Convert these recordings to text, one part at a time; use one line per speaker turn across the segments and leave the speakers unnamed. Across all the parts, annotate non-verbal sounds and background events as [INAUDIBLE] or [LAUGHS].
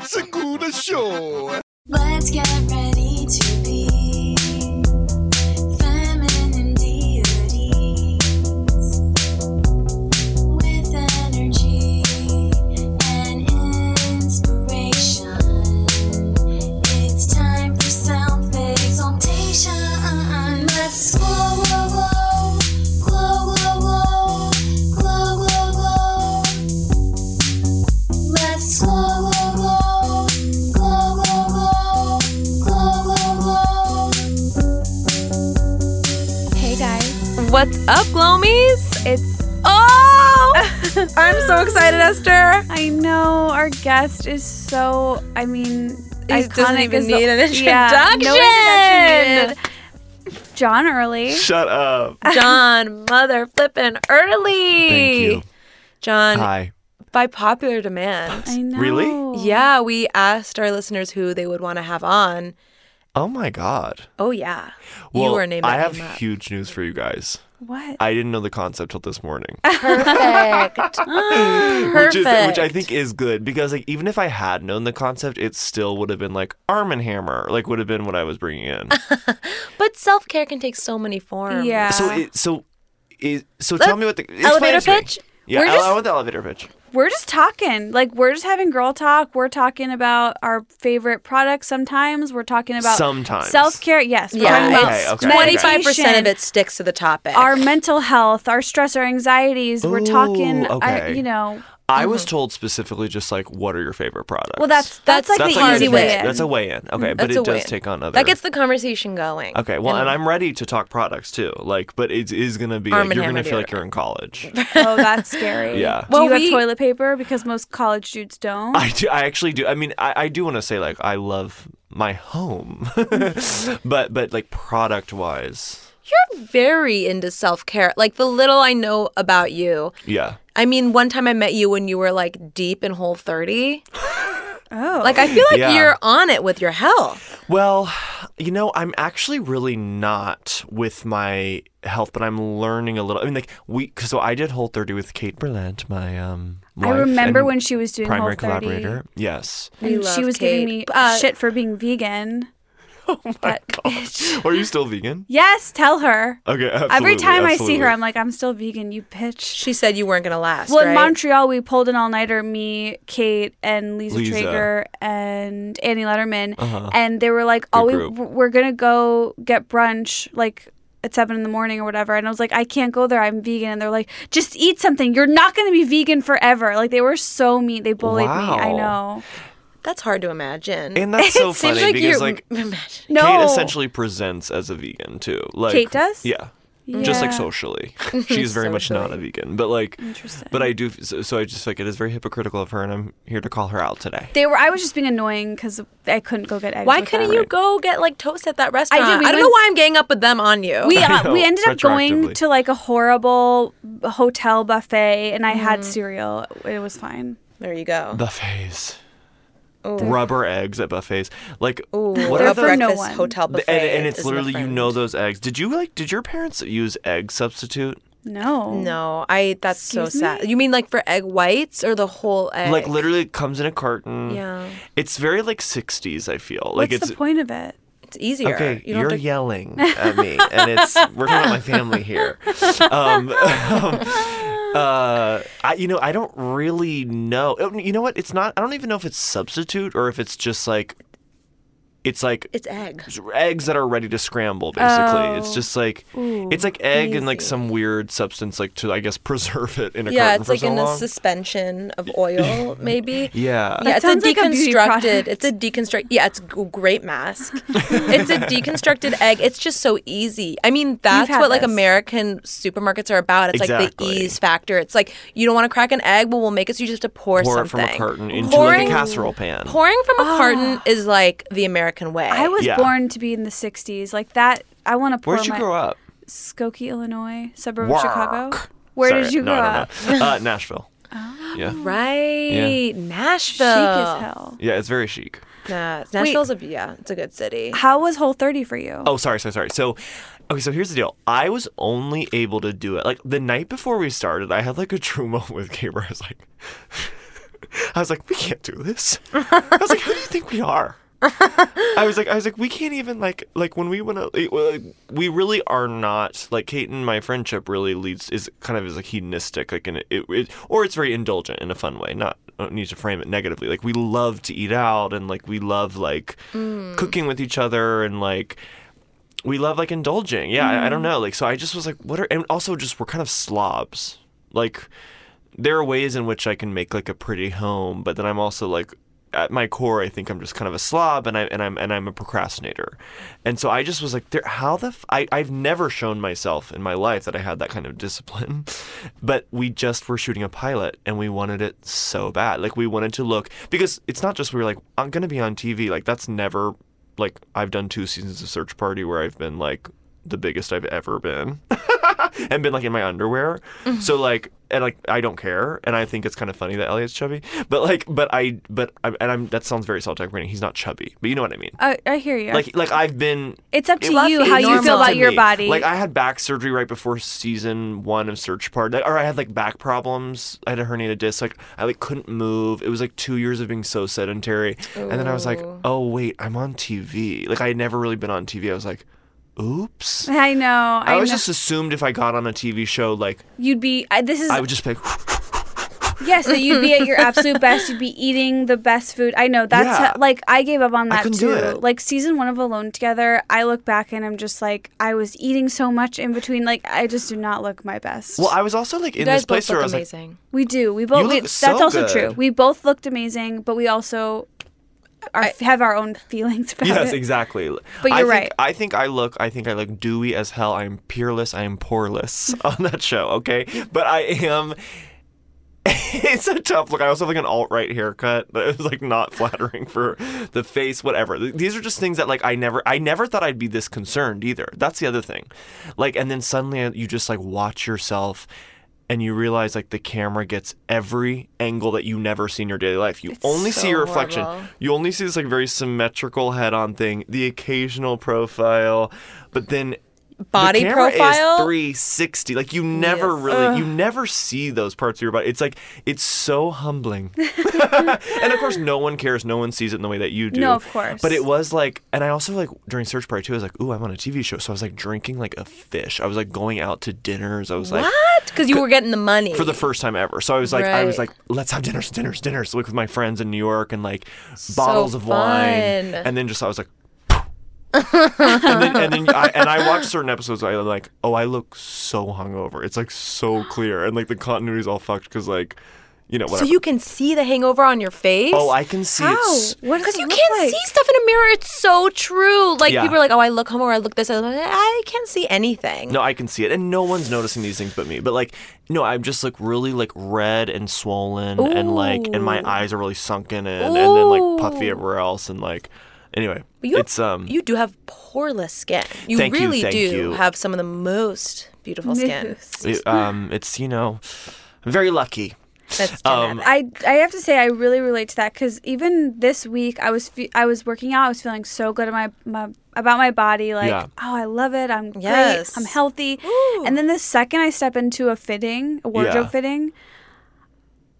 segura show.
Let's get ready to be feminine deities with energy and inspiration. It's time for self exaltation. Let's glow, glow, glow, glow, glow, glow, glow, glow, glow. Let's glow, glow, glow, glow, glow, glow, glow, glow, glow.
Hey guys.
What's up, Glomies? It's oh, [LAUGHS] I'm so excited, Esther.
I know our guest is so, I mean,
He
iconic
doesn't even
is the-
need an
Yeah, no
introduction.
introduction needed. John Early.
Shut up.
John, mother flippin' early.
Thank you.
John,
Hi.
by popular demand.
I know.
Really?
Yeah, we asked our listeners who they would want to have on.
Oh my God.
Oh yeah,
Well,
you were named.
I
that
have
name up.
huge news for you guys.
What?
I didn't know the concept till this
[LAUGHS]
morning,
perfect.
which is which I
Perfect.
think is good because like even if I had known the concept, it still would have been like Arm and Hammer, like would have been what I was bringing in.
Uh-huh. But self care can take so many forms.
Yeah.
so it, so it, so
Let-
tell me what the explain
elevator
it to me.
pitch?
Yeah,
We're
I- I
just-
want the elevator pitch.
We're just talking. Like, we're just having girl talk. We're talking about our favorite products sometimes. We're talking about
Sometimes.
self care. Yes. We're
Yeah,
talking about
okay, okay, okay.
Twenty five percent
meditation,
of it sticks to the topic.
Our mental health, our stress, our anxieties. We're talking,
Ooh,
I-
okay.
you know,
I was told specifically just like what are your favorite products?
well, that's, that's,
Mm-hmm. That's-
like
that's
the
like
easy
a,
way Mm-hmm.
way in. [LAUGHS]
That's a way in. Okay, but
That's a
it does
win.
take on other.
that gets the conversation going.
Okay, well, and, I'm ready to talk products too. Like, but it is gonna be
Arm
like
and
you're gonna
Hammer
feel like
deodorant.
you're in
[LAUGHS]
college.
Oh, that's scary.
Yeah.
Do
Well,
you have
we-
toilet paper? Because most college dudes don't.
I do. I actually do. I mean, I, I do want to say like I love my home, [LAUGHS] but but like product wise,
very into self care. Like the little I know about you.
yeah.
I mean, one time I met you when you were like deep in Whole [LAUGHS] 30.
oh.
Like, I feel like
Yeah.
you're on it with your health.
Well, you know, I'm actually really not with my health, but I'm learning a little. I mean, like we. 'cause So I did Whole 30 with Kate Berlant, my um.
I
wife
remember
and
when she was doing
primary
Whole30.
collaborator. Yes.
[LAUGHS] And
We
she
love
was giving me
Kate. Uh,
shit for being vegan. Oh my
Are you still vegan?
Yes, tell her.
Okay.
Every
absolutely,
time I see her,
absolutely.
I'm like, I'm still vegan, you bitch.
She said you weren't going to last.
Well, in
right?
Montreal, we pulled an all nighter, me, Kate, and Lisa,
Lisa.
Traeger, and Annie Letterman.
Uh-huh.
And they were like, oh, we,
group.
we're going to go get brunch, like at seven in the morning or whatever. And I was like, I can't go there. I'm vegan. And they're like, just eat something. You're not going to be vegan forever. Like, they were so mean. They bullied me. I
Wow.
know.
That's hard to imagine.
And that's so
[LAUGHS] it seems
funny
like
because,
you're,
like,
[LAUGHS] imagine.
No.
Kate essentially presents as a vegan too. Like
Kate does?
Yeah. Just like
Yeah.
[LAUGHS]
socially, she's very much not a vegan, but like,
Interesting.
but I do. So, so I just feel like it is very hypocritical of her, and I'm here to call her out today.
They were. I was just being annoying because I couldn't go get eggs.
Why
with
couldn't
them.
you go get like toast at that restaurant?
we
don't
went-
know why I'm getting up with them on you.
We
[LAUGHS] I
uh, we
know,
ended up going
retroactively.
to like a horrible hotel buffet, and I had cereal. It was fine.
there you go.
Buffets, rubber eggs at buffets, like
Mm. Ooh,
what
They're
are
a
for no
the
breakfast
one.
hotel
and,
buffet.
and it's
is my
literally you
friend.
know those eggs. Did you like? Did your parents use egg substitute?
No.
No, I. That's so
Excuse me?
sad. You mean like for egg whites or the whole egg?
Like literally, it comes in a carton.
Yeah.
it's very like '60s. I feel like
What's
it's
the point of it?
it's easier.
Okay, you
you don't
are
have to
yelling at me, and it's we're talking about my family here. Um, [LAUGHS] uh, I, you know, I don't really know. Oh, You know what? It's not. I don't even know if it's substitute or if it's just like, it's like
It's egg.
eggs that are ready to scramble. Basically, it's
Oh.
just like it's like egg and like some weird substance, like to I guess preserve it in a
Yeah,
carton
it's
for
like
so
in a
long.
suspension of
[LAUGHS]
oil, maybe.
yeah.
Yeah,
That
it's a
sounds like a beauty product.
deconstructed. it's a deconstruct. Yeah, it's g-
[LAUGHS]
great mask. it's a deconstructed egg. It's just so easy. I mean, that's
had
what like
this.
American supermarkets are about. It's like the
Exactly.
ease factor. It's like you don't want to crack an egg, but we'll make it so you just have to pour,
Pour it from
something.
a carton into
pouring,
like a casserole pan.
Pouring from a carton is like the American way.
Ah. I was
Yeah.
born to be in the '60s. Like that. I want to pour
Where'd you
my
grow up?
Skokie, Illinois, suburb
Work.
of Chicago. Where did
Sorry,
you
no,
grow
I
up?
don't know. Uh,
[LAUGHS]
Nashville. Yeah.
right.
Chic
Nashville.
as hell.
Yeah, it's very chic.
Nah, Nashville's a yeah, it's a good city.
How was Whole 30 for you?
Oh, sorry, sorry, sorry. So, okay, so here's the deal. I was only [LAUGHS] able to do it like the night before we started. I had like a true moment with Gaber. I was like, [LAUGHS] I was like, we can't do this. I was like, who do you think we are? I was like, I was like, we can't even like like when we want to. We really are not like Kate and my friendship really leads is kind of is like hedonistic like and it, it or it's very indulgent in a fun way. Not I don't need to frame it negatively. Like we love to eat out and like we love like cooking with each other and like we love like indulging. Yeah, I, I don't know. Like so, I just was like, what are and also just we're kind of slobs. Like there are ways in which I can make like a pretty home, but then I'm also like at my core, I think I'm just kind of a slob and I and I'm and I'm a procrastinator, and so I just was like, there, how the f- I I've never shown myself in my life that I had that kind of discipline, [LAUGHS] but we just were shooting a pilot and we wanted it so bad, like we wanted to look because it's not just we were like I'm gonna be on TV, like that's never like I've done two seasons of Search Party where I've been like the biggest I've ever been and been like in my underwear.
Mm-hmm.
So like and like I don't care and I think it's kind of funny that Elliot's chubby. But like but I but I, and I'm that sounds very self-deprecating. He's not chubby, but you know what I mean.
I, I hear you.
Like like I've been
Uh, it's up to
Fluffy,
you how you feel
normal.
about
to
your
me.
body.
Like I had back surgery right before season one of Search Party, Like, or I had like back problems. I had a herniated disc. Like I like couldn't move. It was like two years of being so sedentary, and then I was like,
Ooh.
oh wait, I'm on TV. Like I had never really been on TV. I was like, oops.
I know. I,
I was
know.
just assumed if I got on a TV show, like
you'd be. I, this is
[LAUGHS]
I would just pick.
yes. so you'd be at
[LAUGHS]
your absolute best. You'd be eating the best food. I know. That's
Yeah.
how- like I gave up on that
couldn't
too.
do it.
Like season one of Alone Together, I look back and I'm just like, I was eating so much in between. Like I just do not look my best.
Well, I was also like in
You guys
this place
both
where I
look
was like,
amazing.
we do. We both.
You
we,
look
that's
so
also
good.
true. We both looked amazing, but we also. Are, have our own feelings about
Yes,
[LAUGHS]
it.
exactly. But
you're
I think,
right.
I think I look. I think I look dewy as hell. I am peerless. I am poreless [LAUGHS] on that show. Okay, but I am. [LAUGHS] it's a tough look. I also have like an alt right haircut that is like not [LAUGHS] flattering for the face. Whatever. Th- These are just things that like I never. I never thought I'd be this concerned either. That's the other thing. Like, and then suddenly uh, you just like watch yourself. And you realize like the camera gets every angle that you never see in your daily life. You only see
so
your reflection.
horrible.
You only see this like very symmetrical head-on thing, the occasional profile, but then
Body
the camera
profile?
is 360. Like you never
Yes.
really, you never see those parts of your body. It's like it's so
[LAUGHS]
humbling. [LAUGHS] and of course, no one cares. No one sees it in the way that you do.
No, of course.
But it was like, and I also like during search party too. I was like, ooh, I'm on a TV show, so I was like drinking like a fish. I was like going out to dinners. I was like,
What? Because you were getting the money.
for the first time ever. So I was like, I was
Right.
like, let's have dinners, dinners, dinners, like with my friends in New York and like bottles of wine,
fun.
and then just I was like, [LAUGHS] and then and then I, and I watched certain episodes. I like, oh, I look so hungover. It's like so clear, and like the continuity's all fucked because like, you know,
so
whatever.
you can see the hangover on your face?
oh, I can see it's
How? What does
Because
it
you
look
can't
like?
see stuff in a mirror. It's so true. Like
Yeah.
people are like, oh, I look home or I look this. I'm like, I can't see anything.
No, I can see it, and no one's noticing these things but me. But like, no, I'm just like really like red and swollen, and like, and my
Ooh.
eyes are really sunken in, and then like puffy
Ooh.
everywhere else, and like, anyway,
But you have-
it's um,
You do have poreless skin. You
Thank you,
really
thank
do
you.
have some of the most beautiful skin.
it- um, it's you know, I'm very lucky.
That's genetic.
Um,
I, I have to say I really relate to that because even this week I was fe- I was working out I was feeling so good about my, my about my body like
Yeah.
oh I love it I'm
Yes.
great I'm healthy
Ooh.
and then the second I step into a fitting a wardrobe
Yeah.
fitting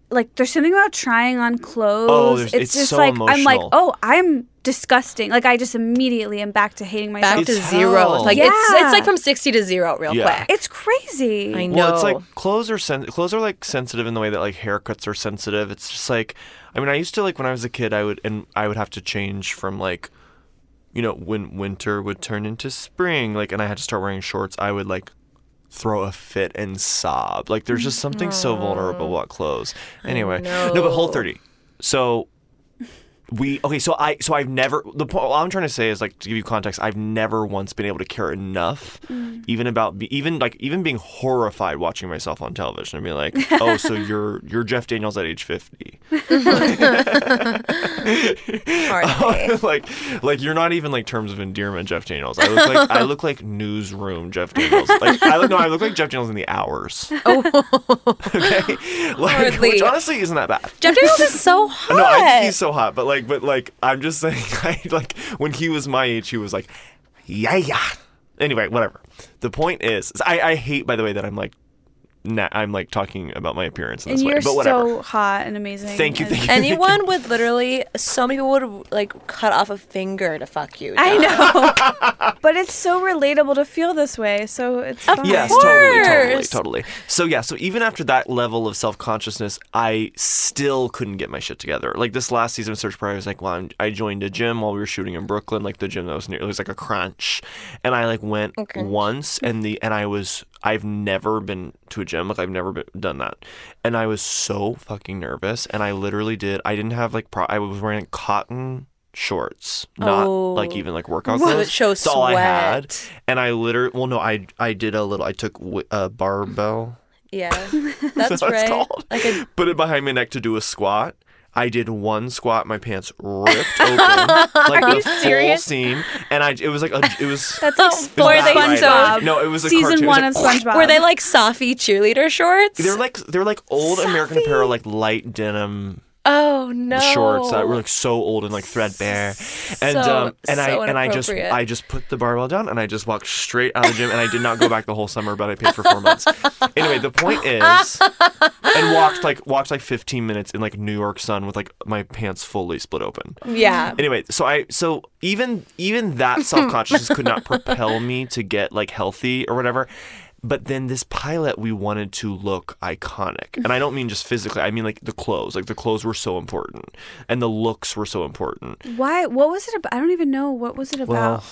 like there's something about trying on clothes
Oh, there's- it's
just
so
like I'm like
emotional.
oh I'm disgusting like I just immediately am back to hating myself
Back
It's
to zero.
hell.
Like it's
Yeah.
it's like from sixty to zero real
Yeah.
[LAUGHS]
[LAUGHS]
quick.
it's crazy
I know.
Well, it's like clothes are sen- clothes are like sensitive in the way that like haircuts are sensitive. It's just like, I mean, I used to like when I was a kid, I would and I would have to change from like, you know, when winter would turn into spring, like, and I had to start wearing shorts. I would like throw a fit and sob. Like, there's just something so vulnerable about clothes. Anyway, no, but
know.
Whole 30. So we okay so i so i've never the point all i'm trying to say is like to give you context i've never once been able to care enough even about be, even like even being horrified watching myself on television and be like oh so you're you're jeff daniels at age 50
Hardly.
[LAUGHS] like like you're not even like terms of endearment jeff daniels i look like i look like newsroom jeff daniels like i look no i look like jeff daniels in the
[LAUGHS]
hours oh okay like,
Hardly.
which honestly isn't that bad
Jeff Daniels is so
[LAUGHS]
hot.
No, I think he's so hot, but like, but like, I'm just saying, [LAUGHS] I, like, when he was my age, he was like, yeah, yeah. Anyway, whatever. The point is, is I, I hate, by the way, that I'm like na- I'm like talking about my appearance in
And
this way,
you're
but whatever.
so hot and amazing.
Thank you,
and-
thank you. [LAUGHS]
Anyone would literally, so many people would like cut off a finger to fuck you.
[LAUGHS] I know, [LAUGHS] but it's so relatable to feel this way. So it's fine.
Yes, totally, totally,
course.
totally. So yeah, so even after that level of self consciousness, I still couldn't get my shit together. Like this last season of Search Party, I was like, well, I'm, I joined a gym while we were shooting in Brooklyn, like the gym that was near. It was like a crunch, and I like went once, and the and I was I've never been to a gym, like I've never been, done that, and I was so fucking nervous, and I literally did. I didn't have like pro- I was wearing like, cotton shorts, not like even like workout
So it
clothes.
shows
That's all I had
sweat.
and I literally well no I I did a little I took wi- a barbell [LAUGHS]
Yeah, that's
what it's
right.
called.
Like a
[LAUGHS] put it behind my neck to do a squat I did one squat my pants ripped
[LAUGHS]
open like the full
serious?
seam and I it was like a it
[LAUGHS]
was
That's like
Oh, were
it was
they
Black
SpongeBob.
Friday. no it was a
season
cartoon. It was
one
like,
of SpongeBob.
Were they like softy cheerleader shorts?
they were like they were like old American Apparel like light denim
oh no,
shorts that were like so old and like threadbare. And
So-
um and
so
I and I just
inappropriate.
I just put the barbell down and I just walked straight out of the gym and I did not go back the whole summer, but I paid for four months. Anyway, the point is and walked like walked like fifteen minutes in like New York sun with like my pants fully split open.
yeah.
Anyway, so I so even even that self consciousness could not propel me to get like healthy or whatever. But then this pilot, we wanted to look iconic, and I don't mean just physically. I mean like the clothes. Like the clothes were so important, and the looks were so important.
Why? What was it about? I don't even know. What was it about?
Well,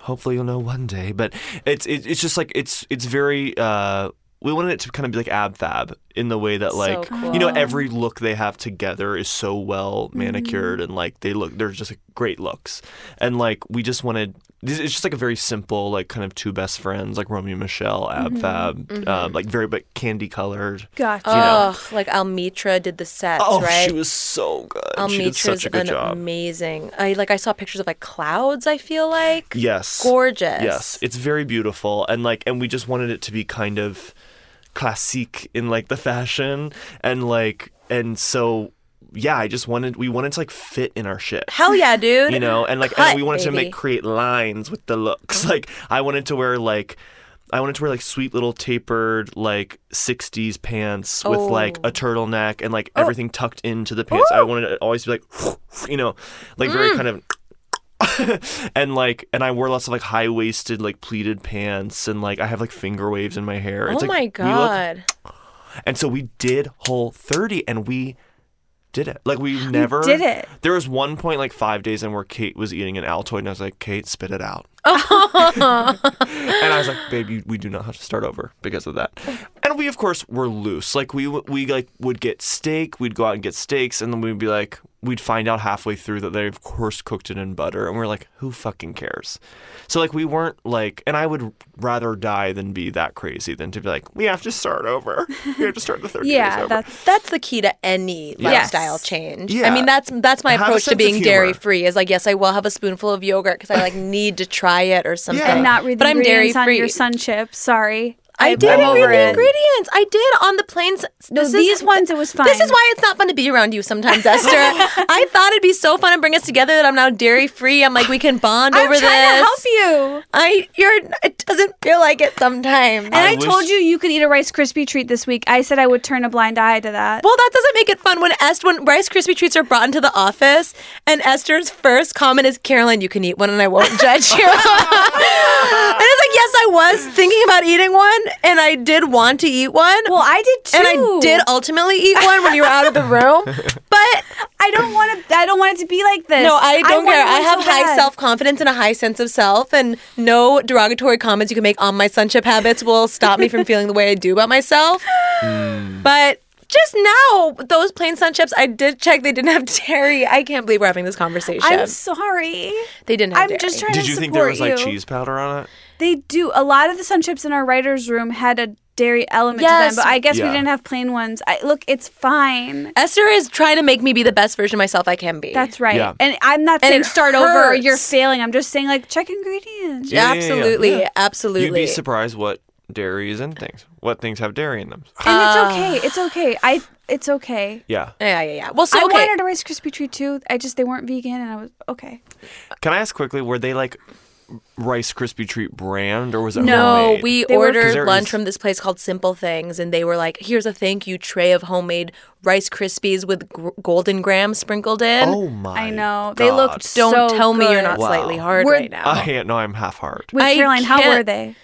hopefully you'll know one day. But it's it, it's just like it's it's very. Uh, we wanted it to kind of be like ab fab in the way that
So
like
cool.
you know every look they have together is so well manicured
Mm-hmm.
and like they look they're just like, great looks and like we just wanted this it's just like a very simple like kind of two best friends like Romeo and Michelle ab fab
Mm-hmm.
um, like very but candy colored.
gotcha.
Ugh, like Almitra did the sets,
oh,
right?
she was so good. she did
Almitra's
such a good
an
job.
amazing. I like I saw pictures of like clouds. I feel like
yes.
gorgeous.
Yes, it's very beautiful and like and we just wanted it to be kind of classique in like the fashion and like and so yeah, I just wanted we wanted to like fit in our shit.
Hell yeah, dude.
You know, and like
Cut,
and we wanted to
baby.
make create lines with the looks. [LAUGHS] Like I wanted to wear like I wanted to wear like sweet little tapered like 60s pants with like
Oh.
a turtleneck and like everything tucked into the pants. I wanted to always be like [LAUGHS] you know, like
Mm.
very kind of [LAUGHS] and like and I wore lots of like high waisted like pleated pants and like I have like finger waves in my hair.
Oh
It's
my
like we look-
god.
and so we did whole 30 and we did it. Like we never
did it.
There was one point like five days in where Kate was eating an Altoid and I was like, Kate, spit it out. and I was like, babe, you, we do not have to start over because of that. And we of course were loose. Like we w- we like would get steak, we'd go out and get steaks, and then we'd be like we'd find out halfway through that they of course cooked it in butter and we're like, who fucking cares? So like we weren't like and I would rather die than be that crazy than to be like, we have to start over. We have to start the third days
yeah,
over.
that's
that's the key to any
Yes.
lifestyle change. I
Yeah.
mean, that's that's my
Have a
approach to
sense of
being
humor.
dairy free. Is like, yes, I will have a spoonful of yogurt because I like need to try it or something.
And
not read the
but I'm dairy
ingredients on
free.
your sun chips. Sorry,
I
I'm
did
over
read the
it.
ingredients. I did on the planes.
No, these ones it was fine.
This is why it's not fun to be around you sometimes,
[LAUGHS]
Esther. I thought it'd be so fun to bring us together that I'm now dairy free. I'm like, we can bond
I'm
over
trying
this.
to help you.
I, you're. It doesn't feel like it sometimes.
And I,
wish-
told you you could eat a Rice Krispie treat this week. I said I would turn a blind eye to that.
Well, that doesn't make it fun when Est when Rice Krispie treats are brought into the office, and Esther's first comment is, "Carolyn, you can eat one, and I won't
[LAUGHS]
judge you." and it's like, yes, I was thinking about eating one, and I did want to eat one.
Well, I did too.
and I did ultimately eat one when you were out of
[LAUGHS]
the room, but
I don't want to. I don't want it to be like this.
no, I don't
want
care. I
one
have
so
high
bad.
self confidence and a high sense of self, and no derogatory comments you can make on my sunship habits will stop me from feeling the way I do about myself.
Hmm.
But just now, those plain sunships, I did check they didn't have [LAUGHS] dairy. I can't believe we're having this conversation.
I'm sorry.
they didn't have
I'm
dairy.
just trying
Did
to
you think there
support
was like
you.
cheese powder on it?
They do. A lot of the sun chips in our writer's room had a dairy element
Yes.
to them, but I guess we
Yeah.
didn't have plain ones. I, look, it's fine.
Esther is trying to make me be the best version of myself I can be.
That's right.
Yeah.
And I'm not saying
it
start over or you're
hurts.
failing. I'm just saying, like, check ingredients.
Yeah, yeah, yeah, yeah.
absolutely,
Yeah.
absolutely.
You'd be surprised what dairy is in things. What things have dairy in them?
And it's okay. It's okay. I. It's okay.
Yeah.
Yeah, yeah, yeah. Well, so
I
okay.
wanted a Rice Krispie treat too. I just they weren't vegan, and I was okay.
Can I ask quickly? Were they like Rice Krispie treat brand, or was it
No,
homemade?
we
They were-
'Cause
ordered
there
lunch
is-
from this place called Simple Things, and they were like, "Here's a thank you tray of homemade Rice Krispies with gr- golden graham sprinkled in."
Oh my!
I know. They looked
God.
Don't
so
tell me you're
good.
not
Wow.
slightly hard
We're-
right now.
I know. I'm half hard.
Wait,
I
Caroline, how
can't-
were they?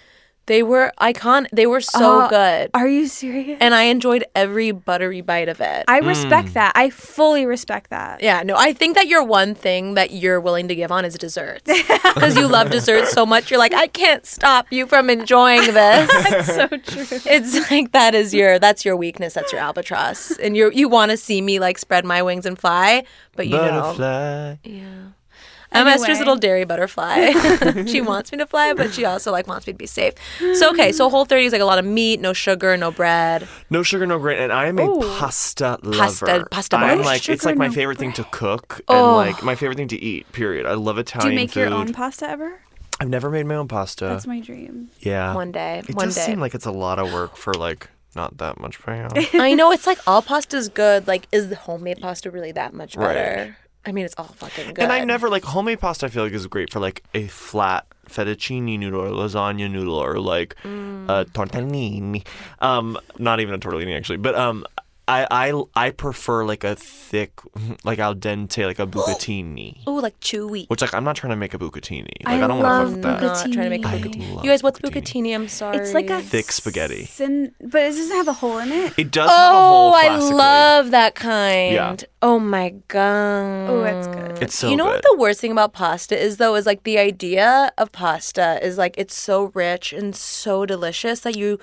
they were icon. They were so
Uh,
good,
Are you serious?
and I enjoyed every buttery bite of
Mm.
it.
I respect that. I fully respect that.
yeah, no, I think that your one thing that you're willing to give on is desserts because you love desserts so much. You're like, I can't stop you from enjoying this.
[LAUGHS] That's so true.
It's like that is your that's your weakness. That's your albatross, and you you want to see me like spread my wings and fly, but you know,
Butterfly.
I'm Esther's
Anyway.
little dairy butterfly. [LAUGHS] she wants me to fly, but she also like wants me to be safe. So okay, so whole thirty is like a lot of meat, no sugar, no bread.
No sugar, no grain, and I am a pasta
Pasta-
lover.
pasta
I'm
bar.
like it's
Sugar,
like my
no
favorite thing to cook
Oh.
and like my favorite thing to eat. Period. I love Italian
Do you make
food. Uh,
your own pasta ever?
I've never made my own pasta.
That's my dream.
yeah.
One day,
It
one
does
day.
seem like it's a lot of work for like not that much payout.
[LAUGHS]
I know it's like all pasta's good. Like, is the homemade pasta really that much
Right.
better? I mean, it's all fucking good.
and I never like homemade pasta. I feel like is great for like a flat fettuccine noodle or lasagna noodle or like
Mm.
a tortellini. Um, not even a tortellini actually, but um. I, I, I prefer like a thick, [LAUGHS] like al dente, like a bucatini.
Ooh, like chewy.
Which like I'm not trying to make a bucatini.
I
Like I, don't want to
love
fuck with
I'm
that.
not trying to make
I
bucatini.
love
You guys, what's
bucatini.
bucatini? I'm sorry.
It's like a
Thick spaghetti.
sin- but it doesn't have a hole in it.
It does have a
Oh,
hole.
I
classically.
love that kind. Oh my god.
Oh, it's good.
It's so
you know
good.
what the worst thing about pasta is though is like the idea of pasta is like it's so rich and so delicious that you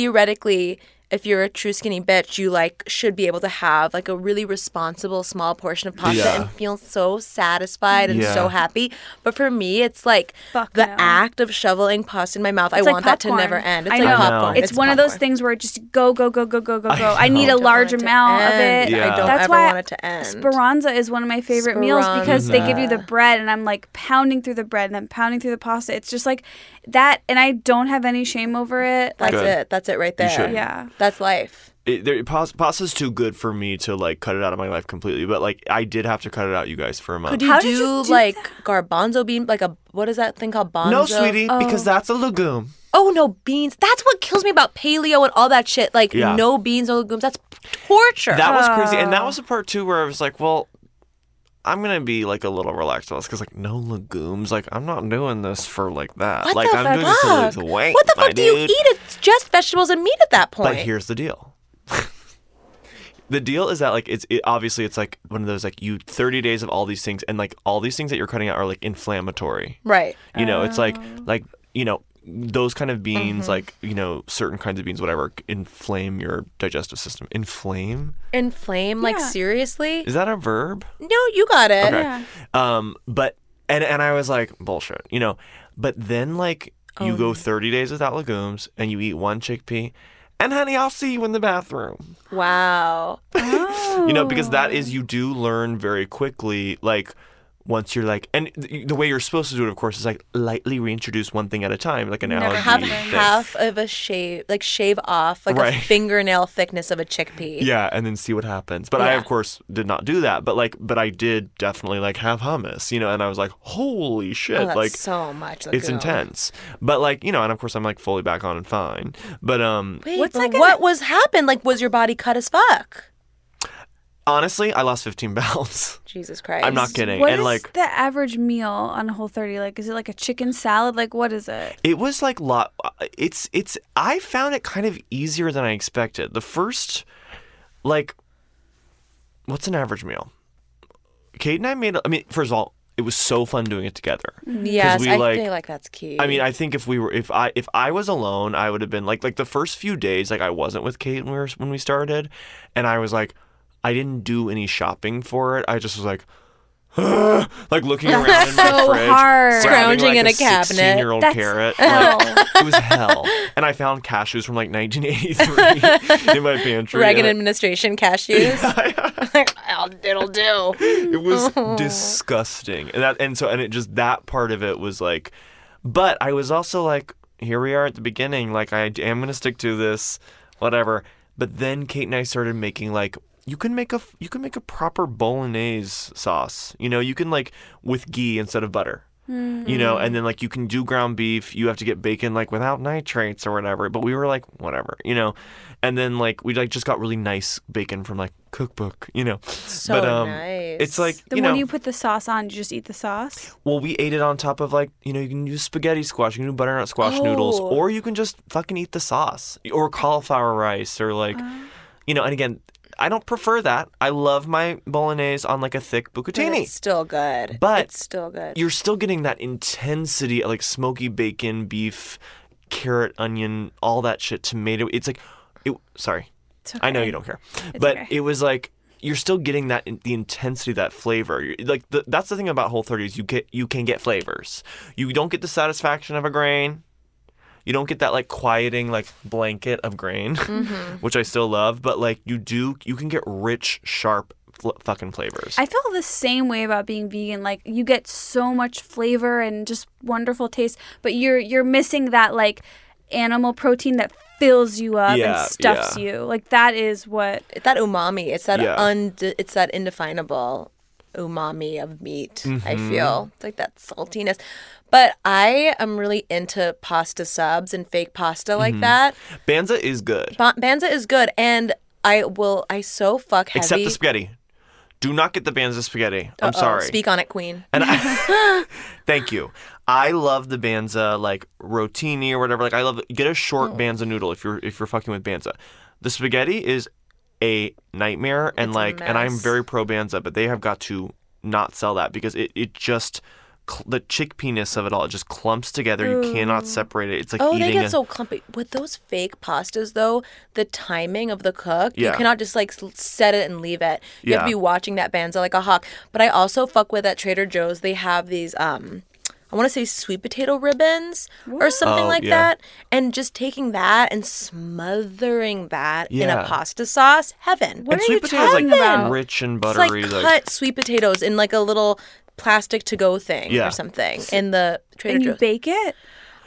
theoretically if you're a true skinny bitch you like should be able to have like a really responsible small portion of pasta
Yeah.
and feel so satisfied and so
Yeah.
happy but for me it's like
Fuck
the
no.
act of shoveling pasta in my mouth I
It's like
want that to
popcorn.
never end it's
I
like
know.
popcorn
know.
It's, one of those
popcorn.
things where it just go go go go go go go. I, need a
know.
large
Don't want it to
amount of
end.
it.
Yeah. I don't
That's
ever
why
want it to end.
Speranza is one of my favorite meals because they give you the
Speranza.
bread, and I'm like pounding through the bread and I'm pounding through the pasta. It's just like that, and I don't have any shame over it. Like
that's
Good.
it that's it right there
should.
Yeah.
that's life
It, there, pas- pasta's too good for me to like cut it out of my life completely. But like I did have to cut it out, you guys, for a month.
Could you
How
do,
did you do
like garbanzo bean, like a what is that thing called? Bonzo?
no, sweetie,
Oh.
because that's a legume.
Oh no, beans. That's what kills me about paleo and all that shit. Like
Yeah.
no beans, no legumes. That's torture.
That was crazy, and that
Ah.
was the part too where I was like, well. I'm gonna be like a little relaxed about this because like no legumes, like I'm not doing this for like that.
what
like
the
I'm doing this to lose
fuck?
weight.
what the
my
fuck do you
dude.
eat? It's just vegetables and meat at that point.
But here's the deal. [LAUGHS] the deal is that like it's it, obviously it's like one of those like you 30 days of all these things and like all these things that you're cutting out are like inflammatory.
right.
You know, it's like like you know those kind of beans like you know certain kinds of beans whatever inflame your digestive system. Inflame?
Inflame. Like
Yeah.
seriously?
Is that a verb?
No, you got it.
Okay.
Yeah.
Um but and and I was like bullshit, you know. But then like you go 30 days without legumes and you eat one chickpea and honey, I'll see you in the bathroom.
Wow.
you know because that is you do learn very quickly like once you're like and th- the way you're supposed to do it of course is like lightly reintroduce one thing at a time like an
Never
allergy
Have
Eat
thing.
half of a shave, like shave off like a
Right.
fingernail thickness of a chickpea.
yeah and then see what happens but i
Yeah.
of course did not do that but like but i did definitely like have hummus you know and i was like holy shit
Oh, that's
like
so much.
it's
legume.
intense but like you know and of course i'm like fully back on and fine but um
Wait,
What's
but
like a-
what was happened? Like, was your body cut as fuck?
honestly i lost 15 [LAUGHS] pounds
Jesus Christ!
i'm not kidding
What
and
is
like
the average meal on Whole 30? Like, is it like a chicken salad? Like, what is it?
It was like lot. It's it's. I found it kind of easier than I expected. The first, like, what's an average meal? Kate and I made. I mean, first of all, it was so fun doing it together.
Yes,
we,
I
like-
feel like that's key.
I mean, I think if we were, if I, if I was alone, I would have been like, like the first few days, like I wasn't with Kate when we were when we started, and I was like, I didn't do any shopping for it. I just was like. [GASPS] like looking around
[LAUGHS]
in my
so
fridge,
hard.
grabbing,
Scrounging
like,
in a cabinet.
Sixteen-year-old
That's
carrot.
hell.
like, it was hell. And I found cashews from like 1983 [LAUGHS] in my pantry.
Reagan
and
administration
[LAUGHS]
cashews. I'll, it'll do.
it
[LAUGHS]
was disgusting and that and so and it just that part of it was like but i was also like here we are at the beginning like i am gonna stick to this whatever but then kate and i started making like you can make a you can make a proper bolognese sauce you know you can like with ghee instead of butter You know, and then like you can do ground beef, you have to get bacon like without nitrates or whatever. But we were like, whatever, you know. And then like we like just got really nice bacon from like cookbook, you know. So but um it's like
nice.
Then
you
when
know,
you put the sauce on, you just eat the sauce.
well, we ate it on top of like you know you can do spaghetti squash, you can do butternut squash noodles,
Oh.
or you can just fucking eat the sauce or cauliflower rice or like,
Uh-huh.
you know. And again, I don't prefer that. I love my bolognese on like a thick
But
bucatini.
it's still good.
But
it's still good.
You're still getting that intensity, like smoky bacon, beef, carrot, onion, all that shit, tomato. It's like, it, sorry,
It's
I know
okay.
you don't care, but
okay.
it was like you're still getting that in- the intensity, that flavor. You're- Like the, that's the thing about Whole 30 is you get you can get flavors. You don't get the satisfaction of a grain. You don't get that like quieting like blanket of grain,
Mm-hmm.
[LAUGHS] which I still love. But like you do, you can get rich, sharp, fl- fucking flavors.
I feel the same way about being vegan. Like you get so much flavor and just wonderful taste, but you're you're missing that like animal protein that fills you up
Yeah,
and stuffs
yeah.
you. Like that is what
It's that umami. It's that
Yeah.
und- It's that indefinable umami of meat. I
Mm-hmm.
feel it's like that saltiness. But I am really into pasta subs and fake pasta
Mm-hmm.
like that.
Banza is good.
Ba- Banza is good, and I will. I so fuck heavy.
Except the spaghetti. Do not get the bands of spaghetti. I'm
Uh-oh,
sorry.
Speak on it, Queen.
And I, thank you. I love the banza like rotini or whatever. Like I love get a short
Oh.
banza noodle if you're if you're fucking with banza. The spaghetti is a nightmare and
It's a
like and I'm
mess.
very pro banza, but they have got to not sell that because it it just cl- the chickpea-ness of it all it just clumps together. You cannot separate it. It's like
Oh,
eating
they get
a,
so clumpy. With those fake pastas, though, the timing of the cook,
Yeah.
you cannot just like s- set it and leave it. You have
Yeah.
to be watching that banza like a hawk. But I also fuck with at Trader Joe's. They have these, um, I want to say sweet potato ribbons or something
Oh,
like
yeah.
that. And just taking that and smothering that in a
Yeah.
pasta sauce, heaven.
What
and
are
sweet
you
potato is
talking
like
about?
rich and
It's
buttery.
like cut sweet potatoes in like a little plastic to go thing
Yeah.
or something in the Trader
and you
Joe's.
bake it.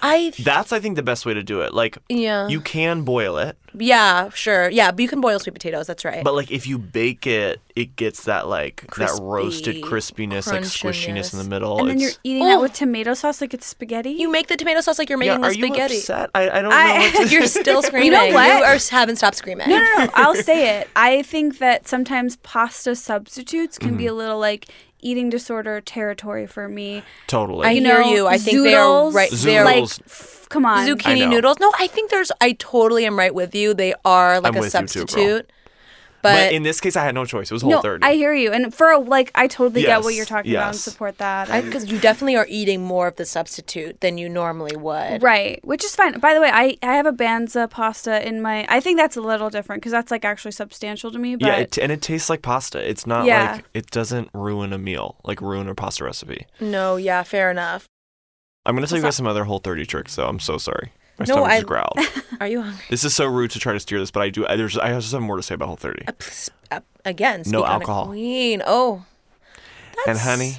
I
that's I think the best way to do it. Like
Yeah.
you can boil it,
Yeah, sure. Yeah, but you can boil sweet potatoes. That's right.
but like if you bake it, it gets that like that roasted
Crispy,
crispiness, like squishiness in
crunchiness.
the middle.
And then you're
It's-
eating that
Oh.
with tomato sauce like it's spaghetti.
you make the tomato sauce like you're
yeah,
making
are
the spaghetti.
you upset? I, I don't know.
I-
what to-
[LAUGHS]
[LAUGHS]
You're still screaming.
what?
You are, haven't stopped screaming.
No, no, no.
[LAUGHS]
I'll say it. I think that sometimes pasta substitutes can
Mm-hmm.
be a little like eating disorder territory for me.
totally.
I
You
hear
know,
you. I think they are
zoodles,
right there.
Like,
Noodles.
f- come on.
I know.
zucchini noodles. No, I think there's. I totally am right with you. They are like
I'm
a
with you too, girl.
substitute.
but,
but
in this case, I had no choice. It was whole
No,
thirty.
I hear you. And for like, I totally get what
Yes,
you're talking about and
yes.
support that. And-
because you definitely are eating more of the substitute than you normally would.
Right, which is fine. By the way, I, I have a banza pasta in my. I think that's a little different because that's like actually substantial to me. But
yeah, it, and it tastes like pasta. It's not
Yeah.
like it doesn't ruin a meal, like ruin a pasta recipe.
No, yeah, fair enough.
I'm gonna tell you
What's
guys some other whole thirty tricks, though. I'm so sorry. My
No,
stomach
I-
just growled.
[LAUGHS] Are you hungry?
this is so rude to try to steer this, but I do. I, there's I have some more to say about whole thirty.
Uh, pss- uh, Again, speak
No
on it,
alcohol.
Queen. Oh,
And honey,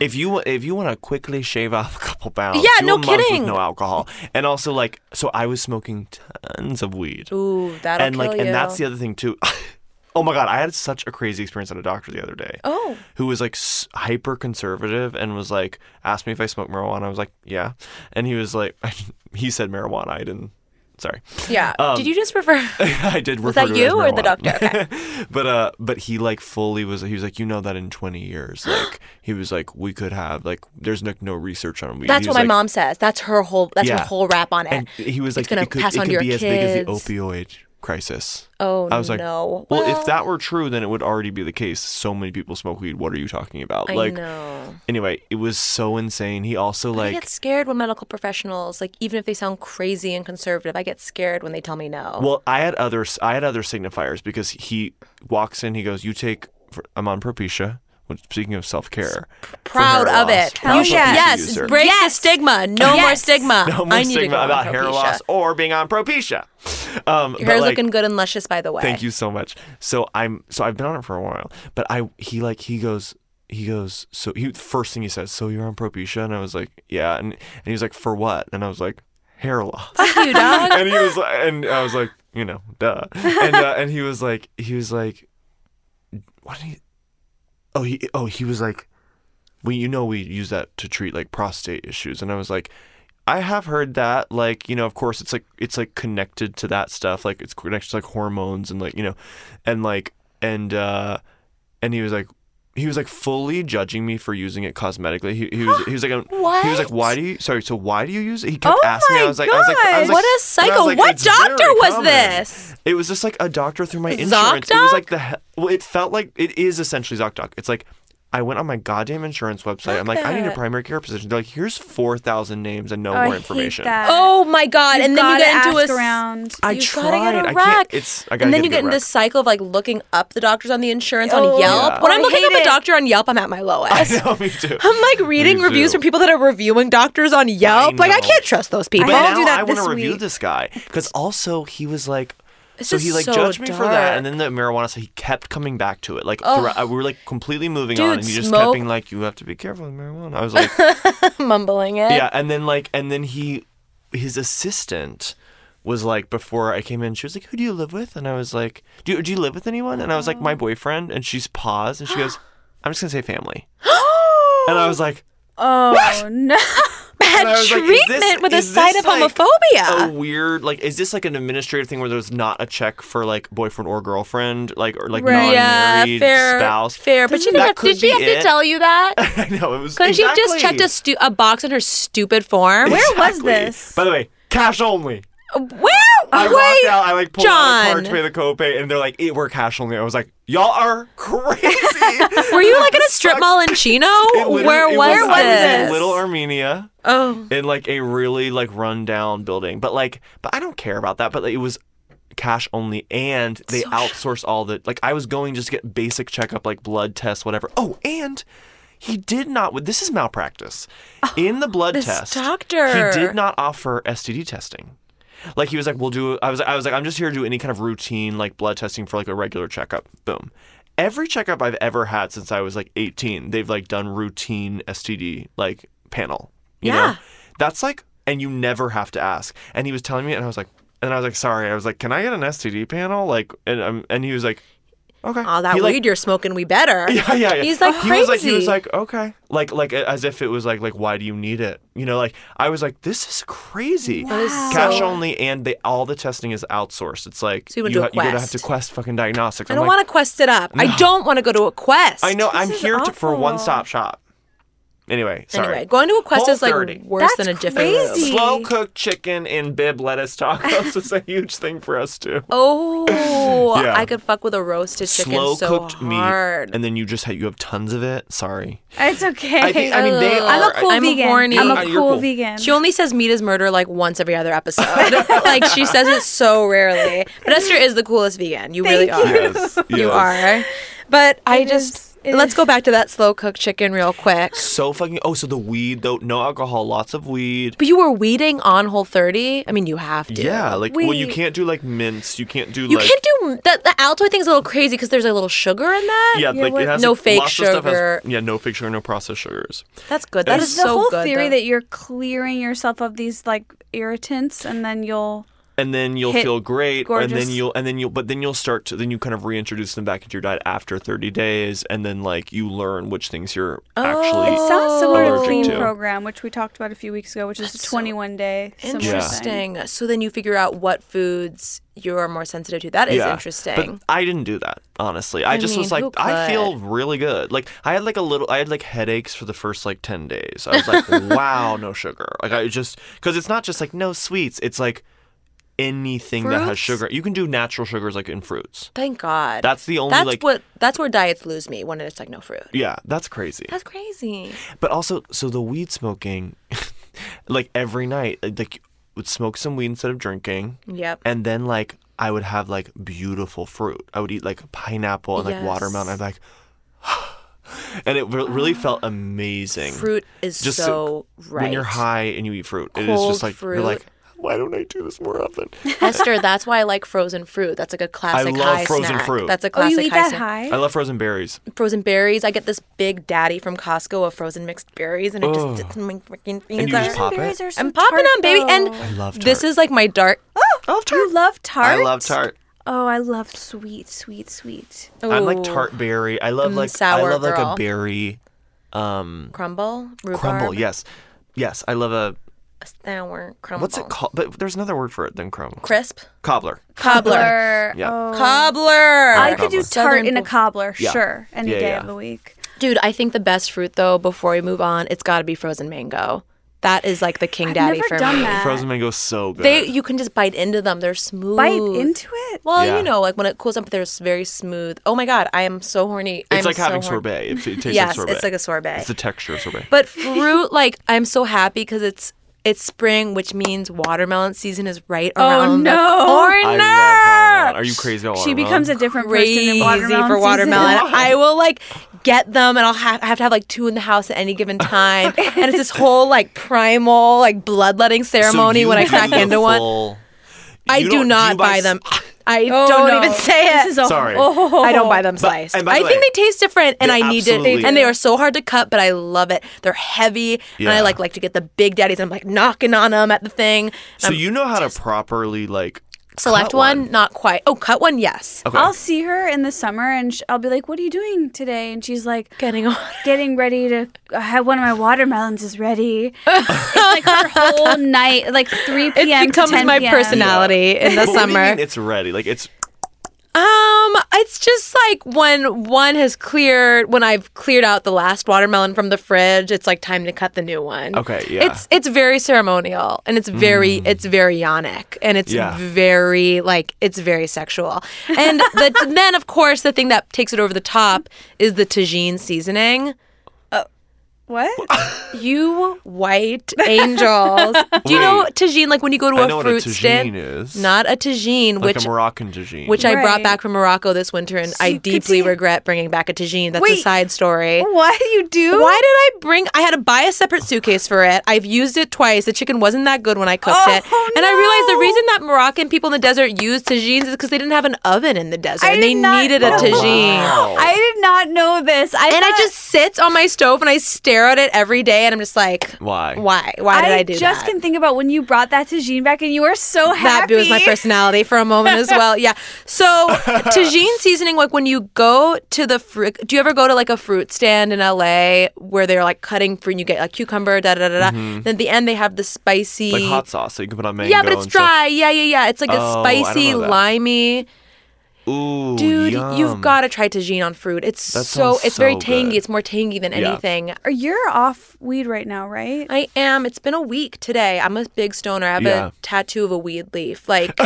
if you if you want to quickly shave off a couple pounds,
Yeah,
do
no
a month with
kidding.
no alcohol, and also like, so I was smoking tons of weed,
ooh, that'll
and
kill
like,
you.
and that's the other thing too. [LAUGHS] oh my god, I had such a crazy experience at a doctor the other day.
Oh.
who was like hyper conservative and was like asked me if I smoked marijuana. I was like, yeah, and he was like, [LAUGHS] he said marijuana. I didn't. Sorry, [LAUGHS]
Yeah.
Um,
Did you just refer?
[LAUGHS] I did.
Was that
refer to it as
you or the
marijuana. [LAUGHS]
doctor? Okay.
but uh but he like fully was he was like you know that in 20 years like he was like we could have like there's like no research on weed
That's
He
what
was
my
like-
mom says. That's her whole. That's
Yeah.
her whole rap on it.
and he was like
it's gonna
it could,
pass
it
on
could
to your
be as big as
kids.
the opioid crisis
oh
I was like,
no!
well, if that were true, then it would already be the case. So many people smoke weed. What are you talking about?
I
like,
know.
anyway, it was so insane. He also
I
like,
get scared when medical professionals, like even if they sound crazy and conservative, I get scared when they tell me no.
well, I had other, I had other signifiers because he walks in. He goes, "You take, I'm on Propecia." Which, speaking of self care,
Proud of it.
Hell yeah.
yes,
user.
break the
Yes.
stigma. No more
Yes.
stigma.
no more
Uh, I need to
stigma
go on
about hair
Propecia.
loss or being on Propecia. Um,
Your
but,
hair's
like,
looking good and luscious, by the way.
Thank you so much. So I'm so I've been on it for a while, but I he like he goes he goes so he first thing he says so you're on Propecia and I was like yeah and and he was like for what and I was like hair loss
Thank you, dog.
[LAUGHS] and he was like and I was like you know duh and uh, and he was like he was like what did he oh he oh he was like well, you know, we use that to treat like prostate issues. And I was like, I have heard that, like, you know, of course, it's like, it's like connected to that stuff. Like, it's connected to like hormones and like, you know, and like, and, uh, and he was like, he was like fully judging me for using it cosmetically. He, he was he was like um, he was like
What?
why do you sorry so why do you use it? He kept
Oh
asking me. I
my
was like I was like, I was
God.
like
What a
and I
psycho.
was like,
What
"It's very
doctor was
common."
this?
It was just like a doctor through my insurance. It was like the he- well, it felt like it is essentially ZocDoc. It's like I went on my goddamn insurance website. I'm like, I need a
that.
primary care physician. They're like, here's four thousand names and no
I
more
hate
information.
that.
Oh my god! and then
Gotta
you get
ask
into a s-
around.
I
you
tried.
gotta get a
I
rec.
can't. It's I gotta
and then
get
you get
a
in
rec.
this cycle of like looking up the doctors on the insurance
Oh,
on Yelp.
Yeah.
When
I
I'm looking
hate
up
it.
a doctor on Yelp, I'm at my
[LAUGHS]
lowest.
No, me too.
I'm like reading
Me
reviews
too.
from people that are reviewing doctors on Yelp. like I
know.
can't trust those people.
But
I'll
now
do that
I want
this
to review
week.
this guy because also he was like. so
is
he like
so
judged me for that,
dark.
and then the marijuana. So he kept coming back to it. Like throughout, we were like completely moving on,
Dude,
and he just kept
smoke-
being like, "You have to be careful with marijuana." I was like,
mumbling it.
yeah and then like and then he his assistant was like before I came in, she was like, "Who do you live with?" And I was like, "Do you, do you live with anyone?" And I was like,
Oh.
"My boyfriend." And she's paused and she
[GASPS]
goes, "I'm just gonna say family." and I was like,
Oh
and
no.
I
Bad
was like,
treatment
"Is this-
with a
is
side
this,
of
like,
homophobia.
A weird like, is this like an administrative thing where there's not a check for like boyfriend or girlfriend, like or like
Right.
yeah,
non-married
fair,
spouse?
fair. But she
That
didn't have,
could
did she
be
have
it.
to tell you that?
[LAUGHS] I know it was.
Couldn't she have just
exactly.
checked a, stu- a box on her stupid
[LAUGHS]
form?
Where was
Exactly.
this?
By the way, cash only.
Where?
I walked
Wait.
out. I like pulled out a card
John.
to pay the copay, and they're like, "It we're cash only." I was like, "Y'all are [LAUGHS]
[LAUGHS]
crazy."
Were you like in a strip mall in Chino?
[LAUGHS] It literally-
Where
it was, I
was,
was in
this?
Little Armenia,
oh,
in like a really like rundown building, but like, but I don't care about that. But like, it was cash only, and they outsource all the like. I was going just to get basic checkup, like blood tests, whatever. Oh, and. He did not. This is malpractice. In the blood
Oh, this
test,
doctor.
he did not offer STD testing. Like he was like, we'll do. I was I was like, I'm just here to do any kind of routine like blood testing for like a regular checkup. Boom. Every checkup I've ever had since I was like 18, they've like done routine STD like panel. You know,
Yeah.
that's like, and you never have to ask. And he was telling me, and I was like, and I was like, sorry. I was like, can I get an STD panel? Like, and um, and he was like, okay.
Oh, that
He,
weed
like,
you're smoking, we better.
[LAUGHS] yeah, yeah, yeah.
He's like
he was like, he was
crazy.
like, okay, like, like as if it was like, like, why do you need it? You know, like I was like, this is crazy.
is
Cash
so-
only, and they all the testing is outsourced. It's like
So you went to a
you're gonna have
Quest.
to quest fucking diagnostics.
I don't want to quest it up. I don't want to go to a quest.
I know. I'm
is
here to, for
awful.
one stop shop. Anyway, sorry.
Anyway, going to a quest is like
Whole30.
worse
That's
than a different
crazy.
room.
Slow cooked chicken and bib lettuce
[LAUGHS]
tacos is a huge thing for us too.
Oh,
Yeah.
I could fuck with a roasted chicken
Slow
so
cooked
hard.
meat, and then you just have, you have tons of it.
[LAUGHS]
Sorry.
It's okay.
I think I mean they
Ugh.
are.
I'm a cool
I'm
vegan.
horny.
I'm a
Uh,
cool,
you're cool.
vegan.
She only says meat is murder like once every other episode.
[LAUGHS]
[LAUGHS] like she says it so rarely. But Esther is the coolest vegan. You really
Thank
are.
you.
Yes,
You
yes.
are. But I
It
just
is- it
let's
is-
go back to that slow cooked chicken real quick.
So fucking. Oh, so the weed though. No alcohol. Lots of weed.
But you were weeding on Whole 30. I mean, you have to.
Yeah, like well, you
We-
can't do like mints. You can't do
You
like
can't do that. The Altoid thing's a little crazy because there's a little sugar in that.
yeah,
Yeah,
like it
what-
has
No
like,
fake
lots of stuff has-
sugar.
yeah, no fake sugar, no processed sugars.
That's good.
It
That
was
is
the
so
whole
good.
theory
though.
that you're clearing yourself of these like irritants, and then you'll
And then you'll
Hit
feel great, and
gorgeous.
then you'll and then you'll but then you'll start to then you kind of reintroduce them back into your diet after 30 days, and then like you learn which things you're actually.
Oh,
It sounds similar to
Allergic
Clean
to.
Program, which we talked about a few weeks ago, which is a 21 day. similar thing.
interesting. So then you figure out what foods you are more sensitive to. That is
Yeah,
interesting.
But I didn't do that, honestly. I, just
mean,
was like,
who
I
could?
feel really good. Like I had like a little, I had like headaches for the first like ten days. I was
[LAUGHS]
like, wow, no sugar. Like I just because it's not just like no sweets. It's like anything that has
Fruits?
sugar. You can do natural sugars like in fruits.
Thank God.
That's the only
that's
like.
what that's where diets lose me when it's like no fruit.
yeah, that's crazy.
That's crazy.
But also, so the weed smoking, [LAUGHS] like every night, like would smoke some weed instead of drinking.
Yep.
And then like I would have like beautiful fruit. I would eat like pineapple and like
Yes.
watermelon. I'd be like, [SIGHS] and it re- really felt amazing.
fruit is
Just
so right.
When you're high and you eat fruit, it is
Cold
just like
fruit.
you're like, why don't I do this more often?
[LAUGHS] Esther, that's why I like frozen fruit. That's like a classic
love
high
frozen
snack.
fruit.
That's a
Oh,
classic
you eat
high
that
snack.
high?
I love frozen berries.
Frozen berries. I get this big daddy from Costco of frozen mixed berries, and it
Ugh.
just sits in my freaking
you just
freezer.
pop it?
Berries are so
I'm popping
tart,
on, baby, and
though.
love
this
tart.
is like my dark.
oh, you love tart.
I love tart.
Oh, I love sweet, sweet, sweet.
I like
Ooh.
tart berry. I love
Mm,
like I
sour
love like a
girl.
berry. um,
crumble, rhubarb,
crumble. Yes, yes, I love a
sour crumble.
what's it called? But there's another word for it than crumble.
Crisp,
Cobbler.
cobbler,
Yeah.
Oh.
cobbler.
I could do tart
Southern
in a
bull-
cobbler,
Yeah.
sure, any
Yeah,
day
yeah.
of the week.
Dude, I think the best fruit though. Before we move on, it's got to be frozen mango. That is like the king daddy
Never
for
done
me.
that.
Frozen mango is so good.
They, you can just bite into them. They're smooth.
Bite into it.
Well,
Yeah.
you know, like when it cools up, they're s- very smooth. Oh my god, I am so horny.
it's
I'm
like
so
having
horny.
sorbet. It, it tastes like
Yes,
sorbet.
it's like a sorbet.
It's the texture of sorbet.
But fruit, [LAUGHS] like I'm so happy because it's it's spring, which means watermelon season is right around
Oh, no.
the corner.
I love watermelon. Are you crazy about
She
watermelon?
becomes a different person
Crazy
in watermelon
for
[LAUGHS]
watermelon.
season.
I will like get them, and I'll have I have to have like two in the house at any
[LAUGHS]
given time. and it's this whole like primal like bloodletting ceremony when I crack into one.
one.
I do not buy them. I
Oh,
don't
no.
even say it.
This is a-
Sorry.
Oh.
I don't buy them sliced.
and by
I
the
think
way-
they taste different, and
They
I need
absolutely
it.
do.
And they are so hard to cut, but I love it. They're heavy, and
Yeah.
I like like to get the big daddies. And I'm like knocking on them at the thing.
So you know how to properly like
Select
cut
one, not quite. Oh, cut one, yes.
Okay.
I'll see her in the summer and sh- I'll be like, "What are you doing today?" And she's like,
Getting on.
"Getting ready to I have one of my watermelons is ready." it's like
[LAUGHS]
her whole night, like three
It
p.m. to
becomes
10
my
p.m.
personality in
But
the
what do you
summer.
mean it's ready. Like it's
Um, it's just like when one has cleared, when I've cleared out the last watermelon from the fridge, it's like time to cut the new one.
Okay, yeah. Mm.
It's it's very ceremonial and it's very it's very yonic and it's
Yeah.
very like it's very sexual. And the, [LAUGHS] then of course the thing that takes it over the top is the tagine seasoning.
What?
You
[LAUGHS]
white angels. Do you know tagine like when you go to
I
a
know what a
fruit stand?
tagine is.
Not a tagine,
like
which
a Moroccan tagine.
which I
Right.
brought back from Morocco this winter, and I
you could
deeply
see-
regret bringing back a tagine. That's a
Wait. Oh,
side story.
What you do?
Why did I bring? I had to buy a separate suitcase for it. I've used it twice. The chicken wasn't that good when I cooked it,
Oh,
and I realized
no.
the reason that Moroccan people in the desert use tagines is because they didn't have an oven in the desert,
I
and they
did not
needed a
know.
tagine.
[GASPS]
Wow.
I did not know this. I
And
thought,
it just sits on my stove, and I stare at it every day, and I'm just like,
Why?
Why? Why did I, do
just
that?
can think about when you brought that tagine back, and you were so
that
happy.
was my personality for a moment as well. Yeah. So
[LAUGHS]
tagine seasoning, like when you go to the fruit, do you ever go to like a fruit stand in LA where they're like cutting fruit and you get like cucumber, da da da da. da. Then at the end they have the spicy.
Mm-hmm. like hot sauce that you can put on mango.
yeah, but it's
and stuff.
dry. Yeah, yeah, yeah. It's like a
Oh, I don't
spicy,
know that.
limey.
Ooh,
Dude,
yum.
you've got to try tagine on fruit. It's
That
so
sounds
it's very
so
tangy.
good.
It's more tangy than
Yeah.
anything.
You're off weed right now, right?
I am. It's been a week today. I'm a big stoner. I have
Yeah.
a tattoo of a weed leaf. Like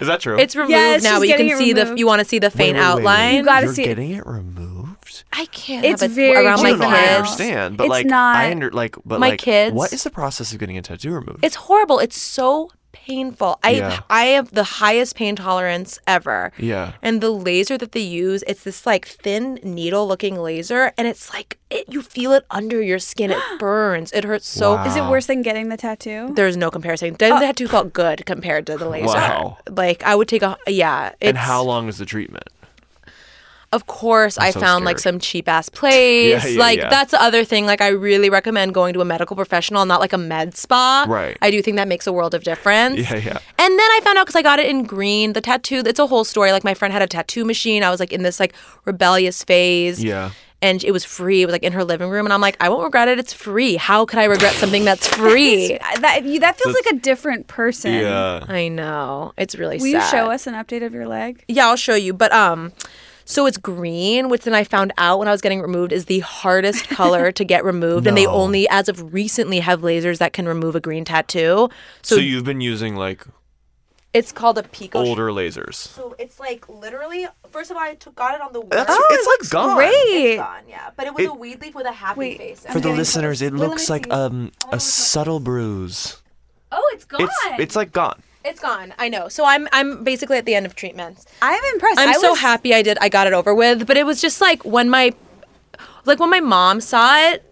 Is that true?
It's removed
Yes,
now,
she's
but you
getting
can
it
see the
removed.
you want to see the faint
Wait, wait, wait, wait.
outline.
You gotta
You're
see-
getting it removed.
I can't.
It's
have it
very
around
You
my
don't know, I
kids.
understand, but
It's
like
not-
I under like, but
My
like,
kids-
What is the process of getting a tattoo removed?
It's horrible. It's so painful. I
Yeah.
I have the highest pain tolerance ever.
Yeah.
And the laser that they use, it's this like thin needle looking laser, and it's like it, you feel it under your skin. [GASPS] It burns. It hurts so.
Wow.
Is it worse than getting the tattoo?
There's no comparison. The tattoo felt good compared to the laser.
Wow.
Like I would take a yeah. It's,
and how long is the treatment?
Of course, i
so
found like
scared.
some cheap ass
[LAUGHS]
place.
Yeah, yeah,
like
yeah.
that's the other thing. Like I really recommend going to a medical professional, not like a med spa.
Right.
I do think that makes a world of difference.
[LAUGHS] Yeah, yeah.
And then I found out because I got it in green. The tattoo. It's a whole story. Like my friend had a tattoo machine. I was like in this like rebellious phase.
Yeah.
And it was free. It was like in her living room, and I'm like, I won't regret it. It's free. How could I regret something
[LAUGHS]
that's free?
I- uh, That you, that feels like a different person.
I know. It's really
Will
sad.
you show us an update of your leg?
Yeah, I'll show you. But um, so it's green, which then I found out when I was getting removed is the
[LAUGHS]
hardest color to get removed, and they
No.
only, as of recently, have lasers that can remove a green tattoo. So,
So you've been using like
it's called a pico.
older lasers.
So it's like literally. First of all, I took, got it on the.
That's, it's like gone.
Great.
yeah, but it
was a It-
weed leaf with a happy face.
For the listeners, it looks like um a subtle bruise.
oh, it's Oh, gone.
It's it's like gone.
it's gone. I know. So I'm I'm basically at the end of treatments.
I'm impressed.
I'm
I
so
was-
happy I did. I got it over with. But it was just like when my, like when my mom saw it,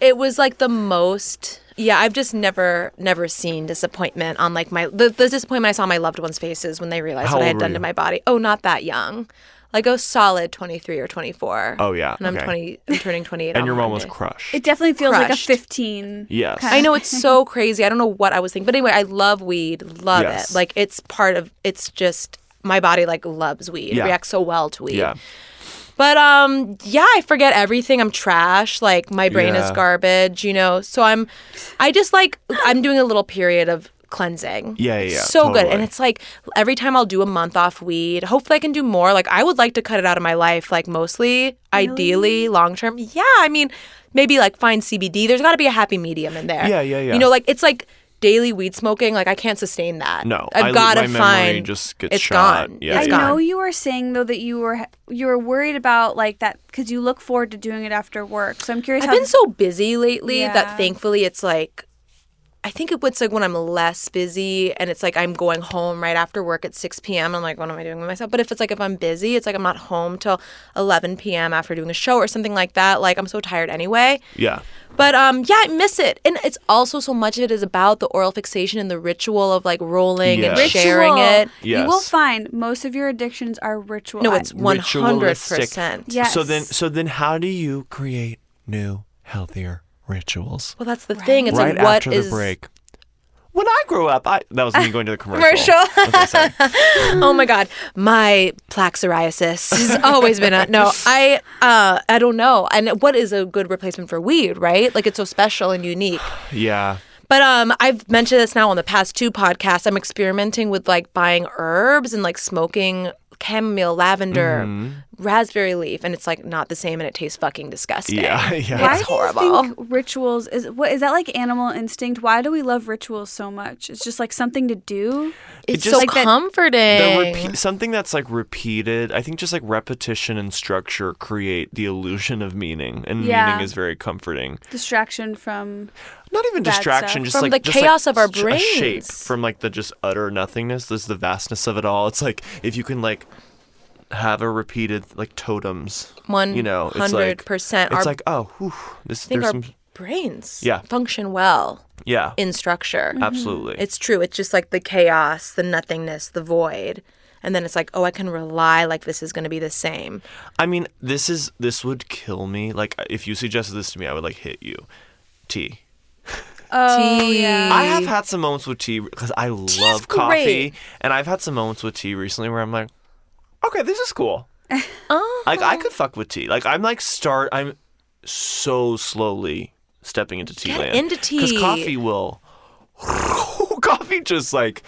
it was like the most. Yeah, I've just never, never seen disappointment on like my the, the disappointment I saw on my loved ones' faces when they realized
How
what
old
I had
were
done
you?
to my body. Oh, not that young, like a solid twenty three or twenty four.
Oh, yeah.
and I'm
Okay.
twenty. I'm turning twenty
[LAUGHS]
eight.
And your mom was crushed.
It definitely feels like a
Crushed.
15.
yes.
I know it's
[LAUGHS]
so crazy. I don't know what I was thinking, but anyway, I love weed. Love
Yes.
it. Like it's part of. It's just my body like loves weed.
Yeah.
Reacts so well to weed.
Yeah.
But um, yeah, I forget everything. I'm trash. Like my brain is
Yeah.
garbage, you know. So I'm, I just like I'm doing a little period of cleansing.
Yeah, yeah,
It's
yeah,
so good. And
totally.
it's like every time I'll do a month off weed. Hopefully, I can do more. Like I would like to cut it out of my life. Like mostly, ideally, long term. Yeah, I mean, maybe like find CBD. There's got to be a happy medium in there.
Yeah, yeah, yeah.
You know, like it's like. Daily weed smoking, like I can't sustain that.
No, I
I've
lo-
got to
my memory
find.
just gets
it's
shot.
gone.
Yeah,
It's
I
yeah.
gone.
know you were saying though that you were you were worried about like that because you look forward to doing it after work. So I'm curious.
I've
how,
been so busy lately
Yeah.
that thankfully it's like I think it was like when I'm less busy and it's like I'm going home right after work at 6 p.m. I'm like, what am I doing with myself? But if it's like if I'm busy, it's like I'm not home till 11 p.m. after doing a show or something like that. Like I'm so tired anyway.
yeah.
But um, yeah, I miss it, and it's also so much of it is about the oral fixation and the ritual of like rolling and
Yes.
sharing it.
You will
Yes.
find most of your addictions are ritual.
No, it's one hundred
Ritualistic.
percent.
Yeah.
So then,
Yes.
so then, how do you create new, healthier rituals?
Well, that's the thing. It's
right
like what
after the
is
break. When I grew up, I that was me going to
[LAUGHS]
the commercial.
Commercial.
Okay,
[LAUGHS]
sorry.
oh my god my plaque psoriasis has always been a no i uh i don't know and what is a good replacement for weed right like it's so special and unique
yeah.
but um i've mentioned this now on the past two podcasts i'm experimenting with like buying herbs and like smoking chamomile lavender
Mm-hmm.
raspberry leaf and it's like not the same and it tastes fucking disgusting
Yeah. [LAUGHS] Yeah.
Why
It's
do you
horrible.
think rituals is what is that like animal instinct? Why do we love rituals so much? It's just like something to do.
it's
just-
so
Like
that-
comforting
The repeat, something that's like repeated. I think just like repetition and structure create the illusion of meaning, and
Yeah.
meaning is very comforting.
Distraction from
Not even
Bad
distraction,
stuff.
just
From
like
the
just, like,
chaos of our
sh- a shape
brains.
from like the just utter nothingness. There's the vastness of it all. It's like if you can like have a repeated like totems.
one
You know, it's like
100%
It's
our,
like oh, whew, this
I think
there's
our
some
brains
Yeah.
function well
yeah,
in structure
absolutely.
It's true. It's just like the chaos, the nothingness, the void. And then it's like, oh, I can rely like this is going to be the same.
I mean, this is this would kill me. Like if you suggested this to me, I would like hit you. Tea.
oh
Tea.
yeah.
I have had some moments with tea because I love coffee,
great.
and I've had some moments with tea recently where I'm like, okay, this is cool.
Oh.
Like I could fuck with tea. Like I'm like start. I'm so slowly stepping into tea
Get
land.
into
because
tea.
coffee will. [LAUGHS] coffee just like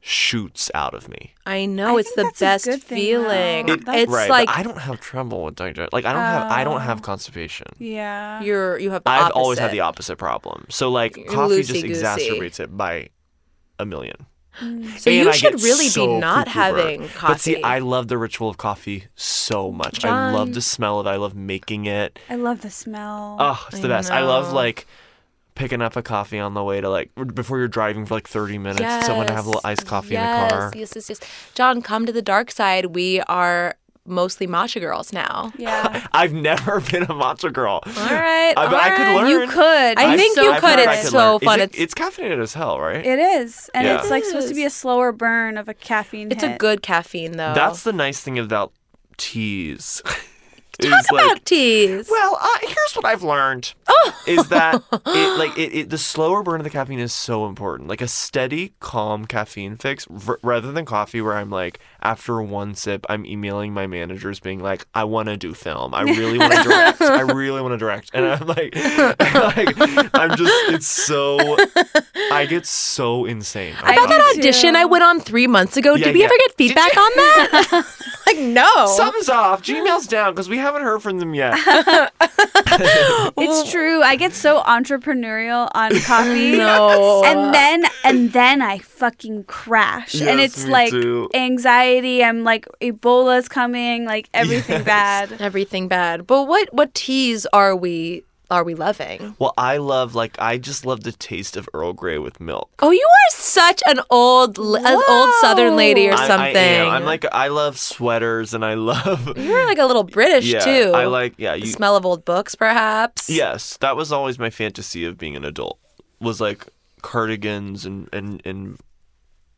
shoots out of me.
I know.
I
it's
think
the
that's a
best
good thing,
feeling.
though. It-
it's
right,
like Oh.
but I don't have trouble with digest. Like I don't have. I don't have constipation.
yeah.
you're, you have the
I've
opposite.
always had the opposite problem. So like coffee just
loosey-goosey.
exacerbates it by a million.
So
And
you
I
should
get
really
so
be not
cuckoo
having
burnt.
coffee.
But see, I love the ritual of coffee so much. I love the smell of it. I love making it.
I love the smell.
Oh, it's the
I
best. I love
know.
like picking up a coffee on the way to like before you're driving for like 30 minutes. Someone to have a little iced coffee
yes,
in the car.
Yes, yes, yes. John, come to the dark side. We are mostly matcha girls now.
[LAUGHS]
yeah.
I've never been a matcha girl.
All right.
I, but
all
I could
right.
learn.
You could.
I
I've-
It's
think
so
you
I've
could.
heard I
It's
could
so
learn. Is
fun.
it-
It's-
it's caffeinated as hell, right?
It is, and
Yeah.
it's like supposed to be a slower burn of a caffeine.
It's
hit.
a good caffeine, though.
That's the nice thing about teas. [LAUGHS]
Talk about teas.
Well, uh, here's what I've learned is that it, like it, it, the slower burn of the caffeine is so important. Like a steady, calm caffeine fix, r- rather than coffee, where I'm like after one sip, I'm emailing my managers, being like, "I want to do film. I really want to direct. I really want to direct." And I'm like, [LAUGHS] like, I'm just, it's so, I get so insane.
About
about
do
it.
that audition I went on three months ago.
Yeah,
Did we
yeah.
ever get feedback on
[LAUGHS]
that? like no.
Something's off. Gmail's down because we haven't heard from them yet.
It's true. I get so entrepreneurial
[LAUGHS]
on coffee.
[LAUGHS] No.
And then and then I fucking crash. and
Yes,
it's
me
like
too.
anxiety, I'm like Ebola's coming, like everything
[LAUGHS]
bad.
everything bad. But what what teas are we are we loving?
Well, I love like I just love the taste of Earl Grey with milk.
Oh, you are such an old l- an old Southern lady or
I-
something.
I, am. I'm like I love sweaters and I [LAUGHS] love
you're like a little British
yeah.
too.
I like yeah.
the
You,
smell of old books, perhaps.
yes, that was always my fantasy of being an adult. Was like cardigans and and and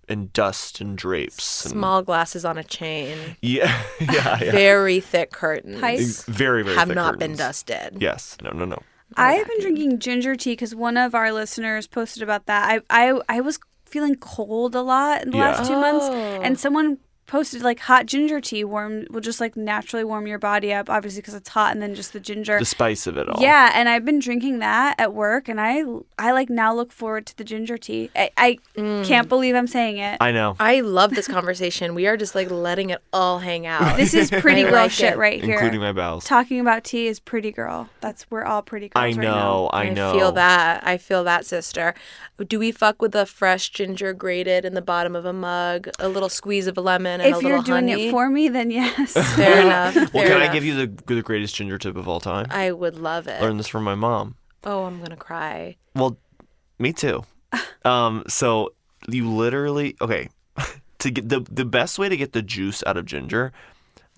and dust and drapes. And,
Small glasses on a chain,
[LAUGHS] yeah, [LAUGHS] yeah, yeah.
[LAUGHS] very thick curtains.
Pipes.
Very very.
have
thick
not been
curtains.
dusted.
Yes. No. No. No.
I have been drinking ginger tea because one of our listeners posted about that. I I, I was feeling cold a lot in the
Yeah.
last two months,
Oh.
and someone posted like hot ginger tea warm will just like naturally warm your body up, obviously because it's hot, and then just the ginger.
the spice of it all.
yeah, and I've been drinking that at work, and I I like now look forward to the ginger tea. I, I
Mm.
can't believe I'm saying it.
I know.
I love this conversation. We are just like letting it all hang [LAUGHS] out.
[LAUGHS]
this is pretty
I
girl
like
shit
it.
right here.
including my bowels.
Talking about tea is pretty girl. That's we're all pretty girls.
I
Right now.
know. I know.
feel that. I feel that, sister. Do we fuck with the fresh ginger grated in the bottom of a mug, a little squeeze of a lemon, and a
If
little
you're doing
honey?
it for me, then
[LAUGHS]
yes.
[LAUGHS] Fair enough.
Well,
fair
can I
enough.
give you the, the greatest ginger tip of all time?
I would love it.
Learned this from my mom.
Oh, I'm gonna cry.
Well, me too. Um, so you literally okay [LAUGHS] to get the the best way to get the juice out of ginger,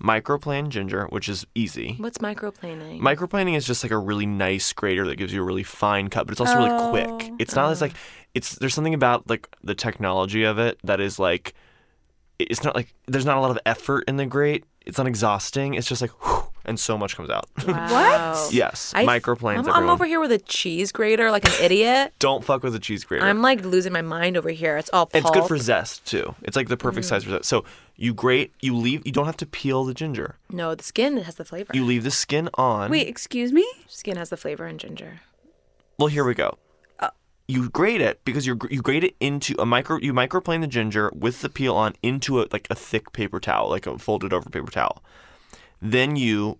microplane ginger, which is easy.
What's microplaning?
Microplaning is just like a really nice grater that gives you a really fine cut, but it's also really quick.
Oh.
It's not as like it's there's something about like the technology of it that is like it's not like there's not a lot of effort in the grate. It's not exhausting. It's just like whew, and so much comes out. [LAUGHS]
Wow.
yes,
I-
microplanes.
I'm,
everyone.
I'm over here with a cheese grater like
[LAUGHS]
an idiot.
Don't fuck with a cheese grater.
I'm like losing my mind over here. It's all
It's good
pulp.
for zest too. It's like the perfect size for zest. So you grate, you leave, you don't have to peel the ginger.
No, the skin has the flavor.
You leave the skin on.
Wait, excuse me.
Skin has the flavor in ginger.
Well, here we go. You grate it because you you grate it into a micro. You microplane the ginger with the peel on into a like a thick paper towel, like a folded over paper towel. Then you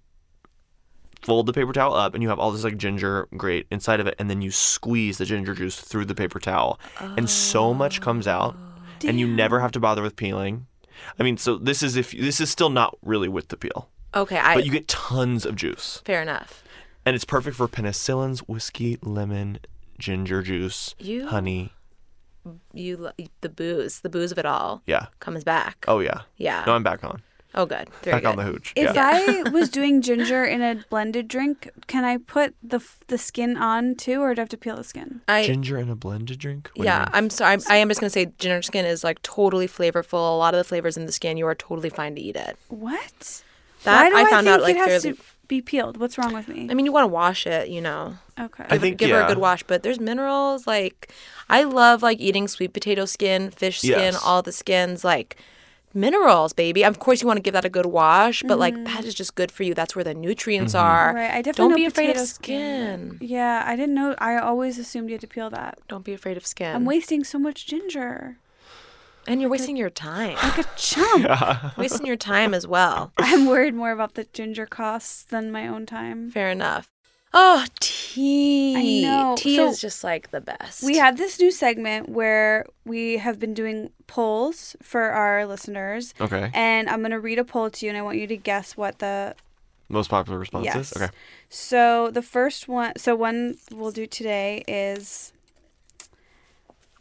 fold the paper towel up, and you have all this like ginger grate inside of it, and then you squeeze the ginger juice through the paper towel, and so much comes out, and you never have to bother with peeling. I mean, so this is if this is still not really with the peel,
Okay, I
but you get tons of juice.
fair enough.
And it's perfect for penicillins, whiskey, lemon, ginger juice,
You-
honey.
You lo- the booze, the booze of it all
Yeah.
comes back.
Oh yeah.
yeah.
No, I'm back on.
oh, good. Very
back on
good.
the hooch.
If
yeah. [LAUGHS]
I was doing ginger in a blended drink, can I put the f- the skin on too, or do I have to peel the skin?
I
ginger in a blended drink. What do you
yeah.
mean?
I'm sorry. I'm, I am just gonna say ginger skin is like totally flavorful. A lot of the flavors in the skin, you are totally fine to eat it.
What?
That
Why do
I found
think
out, like,
it has
fairly-
to be peeled. What's wrong with me?
I mean, you want to wash it, you know.
Okay.
I think
give her
yeah.
a good wash. But there's minerals like I love like eating sweet potato skin, fish skin,
Yes.
all the skins like minerals, baby. Of course, you want to give that a good wash, but like that is just good for you. That's where the nutrients
Mm-hmm.
are.
Mm-hmm. right. I definitely
Don't
know
be afraid of
potato
skin.
Yeah, I didn't know. I always assumed you had to peel that.
Don't be afraid of skin.
I'm wasting so much ginger.
and you're wasting your time.
[LAUGHS] Like a chump.
wasting your time as well.
I'm worried more about the ginger costs than my own time.
Fair enough. Oh, tea.
I know.
Tea
So-
is just like the best.
We have this new segment where we have been doing polls for our listeners.
Okay.
And I'm going to read a poll to you and I want you to guess what the
Most popular responses.
Yes.
Okay.
So the first one, so one we'll do today is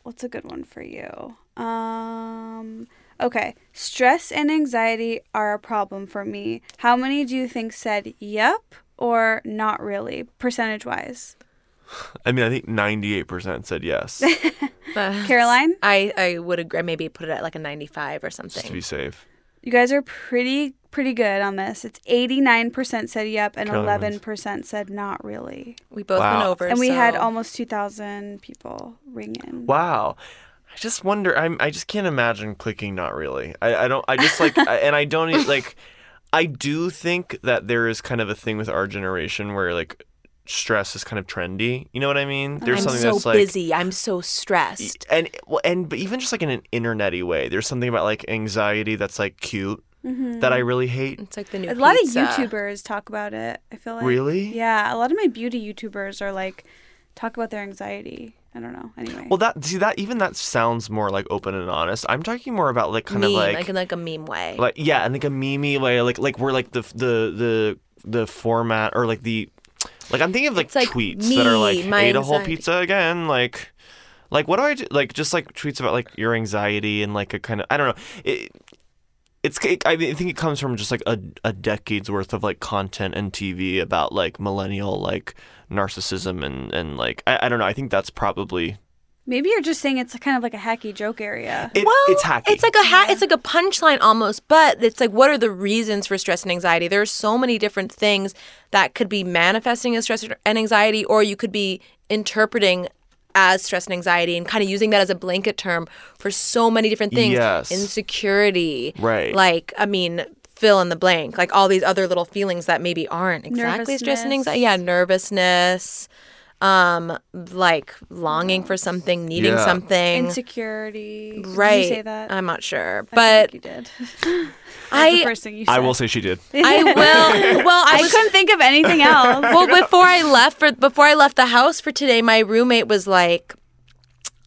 what's a good one for you? Um, okay, stress and anxiety are a problem for me. How many do you think said yep or not really, percentage wise?
I mean, I think 98% said
[LAUGHS]
yes,
That's-
Caroline?
I, I would agree. Maybe put it at like a 95 or
just to
something.
be safe.
You guys are pretty pretty good on this. It's 89% said yep and
Caroline wins.
11% said not really.
We both
Wow.
went over.
And we had
so-
almost 2,000 people ring in.
Wow. I just wonder. I'm. I just can't imagine clicking. Not really. I. I don't. I just like. I, and I don't e-
[LAUGHS]
like. I do think that there is kind of a thing with our generation where like stress is kind of trendy. You know what I mean? There's
I'm
something
so
that's like
busy. I'm so stressed.
and well, and but even just like in an internety way, there's something about like anxiety that's like cute that I really hate.
It's like the new
A lot
pizza.
of YouTubers talk about it. I feel like
Really?
Yeah, a lot of my beauty YouTubers are like talk about their anxiety. I don't know. Anyway,
Well, that see that even that sounds more like open and honest. I'm talking more about like kind
meme,
of like
in like a meme way.
like yeah, and like a meme way, like like we're like the the the the format or like the like I'm thinking of like,
It's like
tweets that are like
me, my
ate a whole
anxiety.
pizza again, like. Like what do I do? like? Just like tweets about like your anxiety and like a kind of I don't know. It, it's it, I mean, I think it comes from just like a, a decade's worth of like content and TV about like millennial like narcissism and and like I, I don't know. I think that's probably
maybe you're just saying it's kind of like a hacky joke area.
it,
well,
it's hacky.
It's like a ha- it's like a punchline almost, but it's like what are the reasons for stress and anxiety? There are so many different things that could be manifesting as stress and anxiety, or you could be interpreting as stress and anxiety and kind of using that as a blanket term for so many different things.
Yes.
Insecurity.
Right.
Like, I mean, fill in the blank, like all these other little feelings that maybe aren't exactly stress and
Nervousness.
anxiety. Yeah, nervousness. Um, like longing for something, needing
Yeah.
something.
Insecurity.
right.
Did you say that?
I'm not sure.
I
But
think you did. [LAUGHS] That's the
I
first thing you said.
I will say she did.
[LAUGHS]
[LAUGHS]
I will well I
I
was
couldn't think of
[LAUGHS]
anything else.
well
[LAUGHS]
before I left for before I left the house for today, my roommate was like,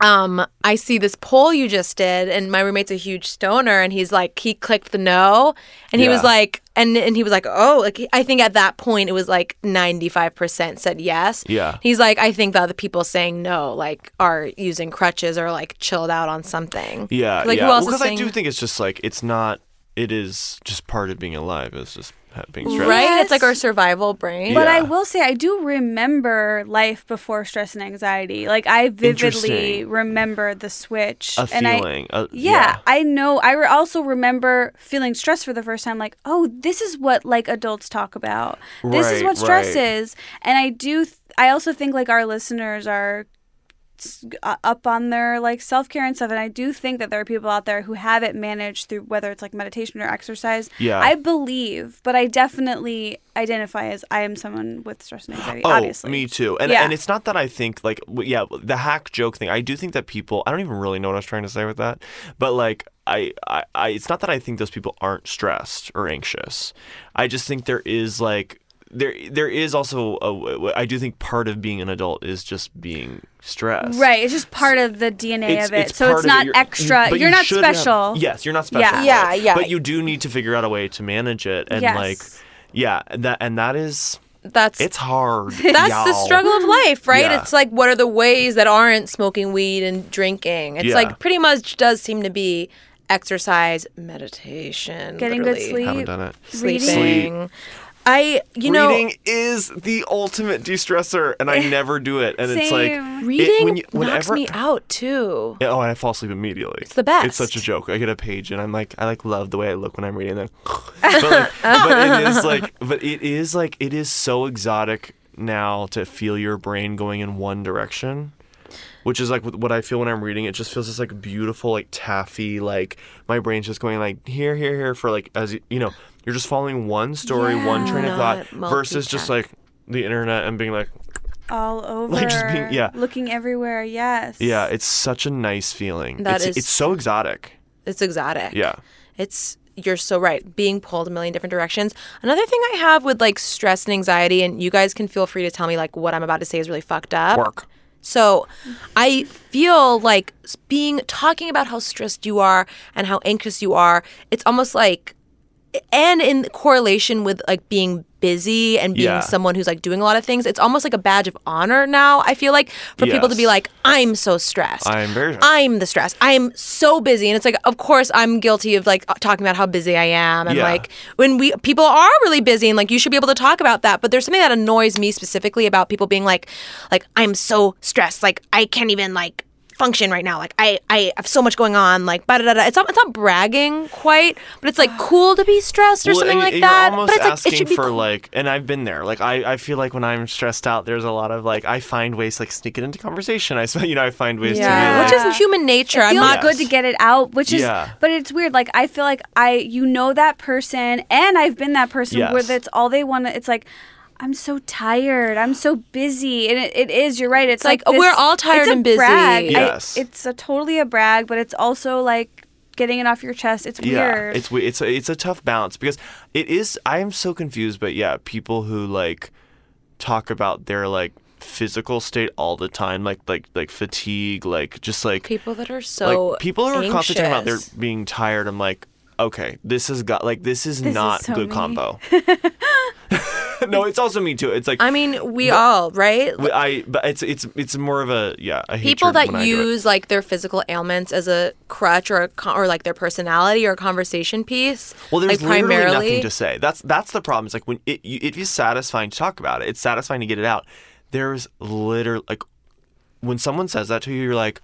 um, I see this poll you just did, and my roommate's a huge stoner, and he's like, he clicked the no, and he was
Yeah.
like, and and he was like, oh, like I think at that point it was like ninety five percent said yes.
Yeah.
He's like, I think the other people saying no, like, are using crutches or like chilled out on something.
Yeah,
Like
yeah.
who else
well,
is
I
saying?
do think it's just like it's not. It is just part of being alive. It's just ha- being stressed.
Right,
Yes.
it's like our survival brain.
But I
Yeah.
will say I do remember life before stress and anxiety. Like I vividly
Interesting.
remember the switch
A
and I
feeling. a-
yeah, I know. I re- also remember feeling stressed for the first time. Like, oh, this is what like adults talk about. This is
Right,
what stress
right.
is. And I do. Th- I also think like our listeners are s- uh, up on their like self care and stuff. And I do think that there are people out there who have it managed through whether it's like meditation or exercise.
Yeah.
I believe, but I definitely identify as I am someone with stress and anxiety.
Oh,
obviously,
me too. And
Yeah.
and it's not that I think like w- yeah, the hack joke thing. I do think that people. I don't even really know what I was trying to say with that. But like I, I, I it's not that I think those people aren't stressed or anxious. I just think there is like there there is also a w- w- I do think part of being an adult is just being stressed.
Right, it's just part of the DNA of it, so
part of
it's
it.
not
You're-
extra.
but
You're
you
not
should have-
special.
yes, you're not special.
Yeah.
Yeah,
for it.
yeah.
But you do need to figure out a way to manage it and
Yes.
like, yeah, and that and that is
That's
it's
[LAUGHS]
hard.
That's the
y'all.
struggle of life, right?
Yeah.
It's like what are the ways that aren't smoking weed and drinking? It's
Yeah.
like pretty much does seem to be exercise, meditation,
Getting good
literally,
Haven't done it.
Reading.
sleeping. I you know
reading is the ultimate de-stressor,
[LAUGHS]
and I never do it. And it's like
Same.
it-
reading
when you-
knocks me out too.
Yeah, Oh, and I fall asleep immediately. It's
the
It's such a
best.
joke. I get a page and I'm like, I like love the way I look when I'm
[LAUGHS]
reading. Then, but, like, but it is like, but it is like, it is so exotic now to feel your brain going in one direction, which is like what I feel when I'm reading. It just feels this like beautiful, like taffy, like my brain's just going like here, here, here for like as you- you know, you're just following one story, one train of
Not
thought versus just
multitask.
like the internet and being like,
all over
Like, just being- yeah.
looking everywhere yes
yeah, it's such a nice feeling.
That
it's,
is-
it's so exotic.
It's exotic.
Yeah.
It's you're so right. Being pulled a million different directions. Another thing I have with like stress and anxiety, and you guys can feel free to tell me like what I'm about to say is really fucked up.
Work.
So I feel like s- being talking about how stressed you are and how anxious you are, it's almost like and in correlation with like being busy and being
Yeah.
someone who's like doing a lot of things, it's almost like a badge of honor now. I feel like for people to be
Yes.
like, I'm so stressed.
I'm very stressed."
I'm the stress. I'm so busy, and it's like, of course, I'm guilty of like talking about how busy I am, and
Yeah.
like when we people are really busy, and like you should be able to talk about that. But there's something that annoys me specifically about people being like, like I'm so stressed, like I can't even like function right now. Like I I have so much going on. Like da da da. It's not it's not bragging quite, but it's like cool to be stressed or
Well,
something
and
like
you're
that.
Almost
but it's like
asking
it should be
for
cool.
like, and I've been there. Like, I, I feel like when I'm stressed out, there's a lot of like, I find ways to, like sneak it into conversation. I, sp- [LAUGHS] you know, I find ways
Yeah.
to
which
be
is human nature. I'm
feels
Yes.
not
good to get it out which is
Yeah.
but it's weird like i feel like i you know that person and i've been that person
Yes.
where that's all they want to it's like i'm so tired i'm so busy and it, it is you're right it's
like,
like,
we're
this-
all tired
it's a
and busy.
brag. I-
Yes.
it's a totally a brag but it's also like getting it off your chest it's
like, yeah,
weird
it's we- it's a, it's a tough balance because it is. I am so confused, but yeah, people who like talk about their like physical state all the time, like like like fatigue, like just like
people that are so
like people who are constantly talking about they're
anxious.
being tired. I'm like, okay, this has got like this is
is
not
so
good
me.
[LAUGHS]
combo. [LAUGHS] no, it's also me too. It's like
I mean, we all right.
Well, I but it's it's it's more of a yeah a
people
hatred
that
when I do it.
use like their physical ailments as a crutch or a con- or like their personality or a conversation piece.
well there's
like,
literally
primarily
nothing to say that's that's the problem it's like when it you, it is satisfying to talk about it it's satisfying to get it out there's literally like when someone says that to you you're like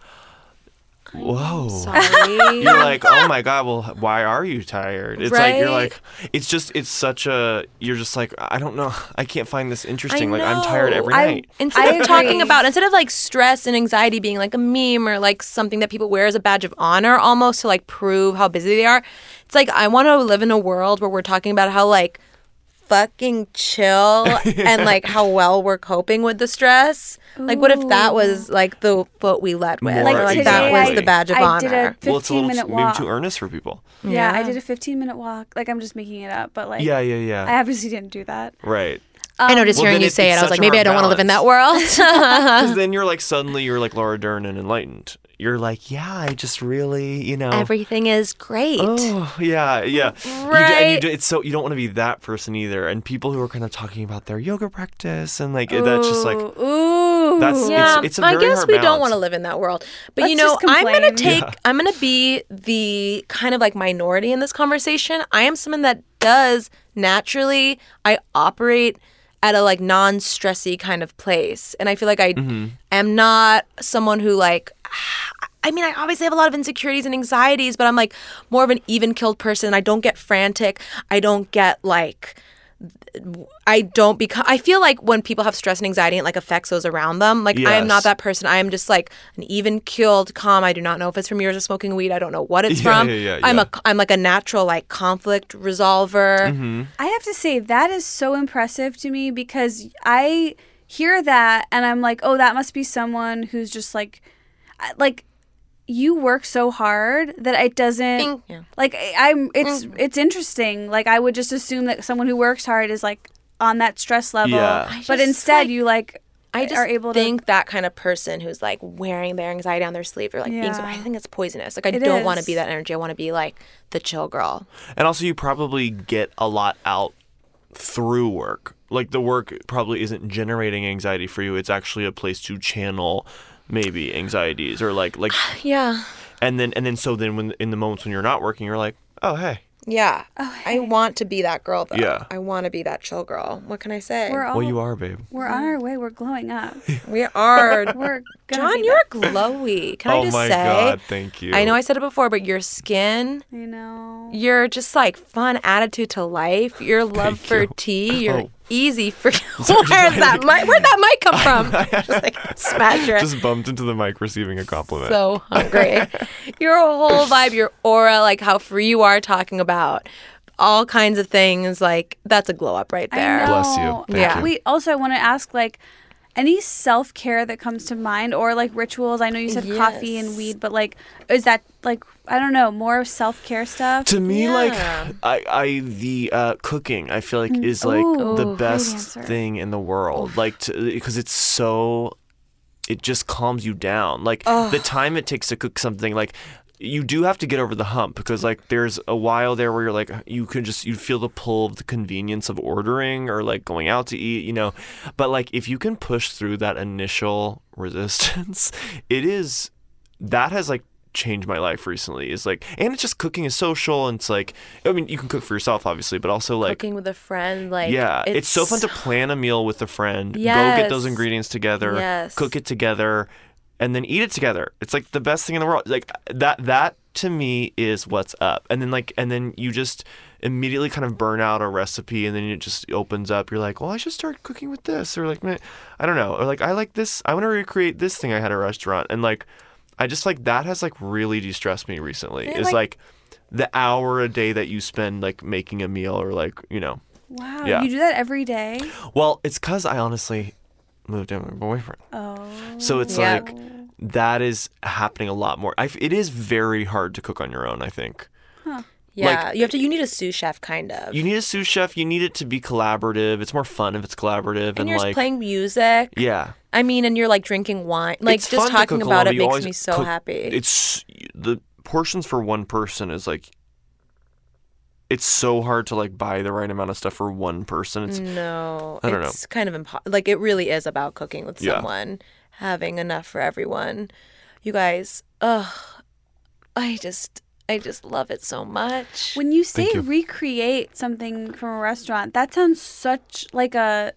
Whoa.
[LAUGHS] Sorry.
You're like, oh my god. Well, why are you tired? It's like you're
Right?
like, it's just, it's such a. You're just like, I don't know. [LAUGHS] I can't find this interesting. Like I'm tired
know.
every
I-
night.
Instead
I
of talking
agree.
about instead of like stress and anxiety being like a meme or like something that people wear as a badge of honor almost to like prove how busy they are. It's like I want to live in a world where we're talking about how like fucking chill
[LAUGHS]
and like how well we're coping with the stress. Like what if that was like the foot we led with?
More
Like, that
exactly.
was the badge of
I
honor.
Did a 15
well, it's a little
minute
maybe
walk.
too earnest for people.
Yeah, I
Yeah.
did a 15 minute walk. Like I'm just making it up, but like
Yeah, yeah, yeah.
I obviously didn't do that.
right.
I noticed
Well,
hearing
then
you
it-
say it.
it's
I was
such
like,
a
maybe I
hard
don't want to live in that world.
[LAUGHS]
[LAUGHS]
Because then you're like suddenly you're like Laura Dern and enlightened. You're like, yeah, I just really, you know.
Everything is great.
Oh yeah, yeah. You do, and you
Right.
do, it's so you don't want to be that person either. And people who are kind of talking about their yoga practice and like that's just like
Ooh, ooh.
that's it's, it's a very
I guess
hard
we don't
balance.
want to live in that world. But you
Let's
know,
just
I'm gonna
complain.
take. I'm gonna be the kind of like minority in this conversation. I am someone that does naturally. I operate at a like non-stressy kind of place, and I feel like I
Mm-hmm.
am not someone who like. I mean, I obviously have a lot of insecurities and anxieties, but I'm like more of an even killed person. I don't get frantic. I don't get like I don't become. I feel like when people have stress and anxiety, it like affects those around them. Like I am
Yes.
not that person. I am just like an even keeled, calm. I do not know if it's from years of smoking weed. I don't know what
[LAUGHS]
it's
Yeah,
from.
yeah, yeah,
I'm
yeah. Mm-hmm.
a. I'm like a natural like conflict resolver.
I have to say that is so impressive to me because I hear that and I'm like, oh, that must be someone who's just like, I- like, you work so hard that it doesn't
Bing. Yeah.
like I- I'm. It's
Mm.
it's interesting. Like I would just assume that someone who works hard is like on that stress level,
Yeah. I
but
just,
instead
like-
you like
I just
are able
think
to.
that kind of person who's like wearing their anxiety on their sleeve or like being so.
Yeah.
I think it's poisonous. Like I
It
don't want to
is.
be that energy. I want to be like the chill girl.
And also, you probably get a lot out through work. Like the work probably isn't generating anxiety for you. It's actually a place to channel maybe anxieties or like like
Yeah.
and then and then so then when in the moments when you're not working, you're like, oh hey,
Yeah. I want to be that girl though.
Yeah.
I want to be that chill girl. What can I say?
We're all
well you are, babe.
we're
Mm.
on our way. We're glowing
[LAUGHS]
up.
We are.
[LAUGHS] We're gonna
John,
be
you're glowy. Can I
oh
just
my
say?
god, thank you.
I know I said it before, but your skin,
there, you know.
your just like fun attitude to life, your love for
you.
tea, your
Oh. [LAUGHS]
easy for [LAUGHS] where's that mic? Where'd that mic come from? just like
[LAUGHS]
smash your
just [LAUGHS] bumped into the mic receiving a compliment.
so hungry. your whole vibe, your aura, like how free you are talking about all kinds of things. Like that's a glow up right there.
I know.
Bless you. Thank
Yeah. you.
We also I want to ask like any self care that comes to mind or like rituals. I know you said coffee and
Yes.
weed, but like is that like I don't know more self care stuff?
to me like
Yeah.
I, I the uh, cooking i feel like is like
Ooh,
the
great
best
answer.
thing in the world like because it's so it just calms you down like the time it takes to cook something like you do have to get over the hump because like there's a while there where you're like you can just you feel the pull of the convenience of ordering or like going out to eat you know but like if you can push through that initial [LAUGHS] resistance it is that has like changed my life recently is like and it's just cooking is social and it's like i mean you can cook for yourself obviously but also like
Cooking with a friend, like
yeah it's, so fun to plan a meal with a friend go get those
Yes.
ingredients together
Yes.
cook it together and then eat it together it's like the best thing in the world like that that to me is what's up and then like and then you just immediately kind of burn out a recipe and then it just opens up you're like well i should start cooking with this or like "Meh, i don't know or like i like this i want to recreate this thing i had at a restaurant and like i just like that has like really de-stressed me recently
Yeah,
is
like-
like the hour a day that you spend like making a meal or like you know
wow,
Yeah.
you do that every day.
well, it's because I honestly moved in with my boyfriend.
Oh,
So it's
Yeah.
like that is happening a lot more. I f it is very hard to cook on your own, I think.
Yeah, you have to. You need a sous chef, kind of.
You need a sous chef, you need it to be collaborative. It's more fun if it's collaborative and,
and you're
like
just playing music.
yeah.
I mean, and you're like drinking wine. Like
It's
just
fun to
talking
cook alone,
about
but
it
you
makes
always
me so
cook-
happy.
It's the portions for one person is like it's so hard to like buy the right amount of stuff for one person. It's
no,
I don't know.
it's kind of impossible. Like it really is about cooking with
Yeah.
someone, having enough for everyone. You guys, ugh, I just, I just love it so much.
when you say
you.
recreate something from a restaurant, that sounds such like a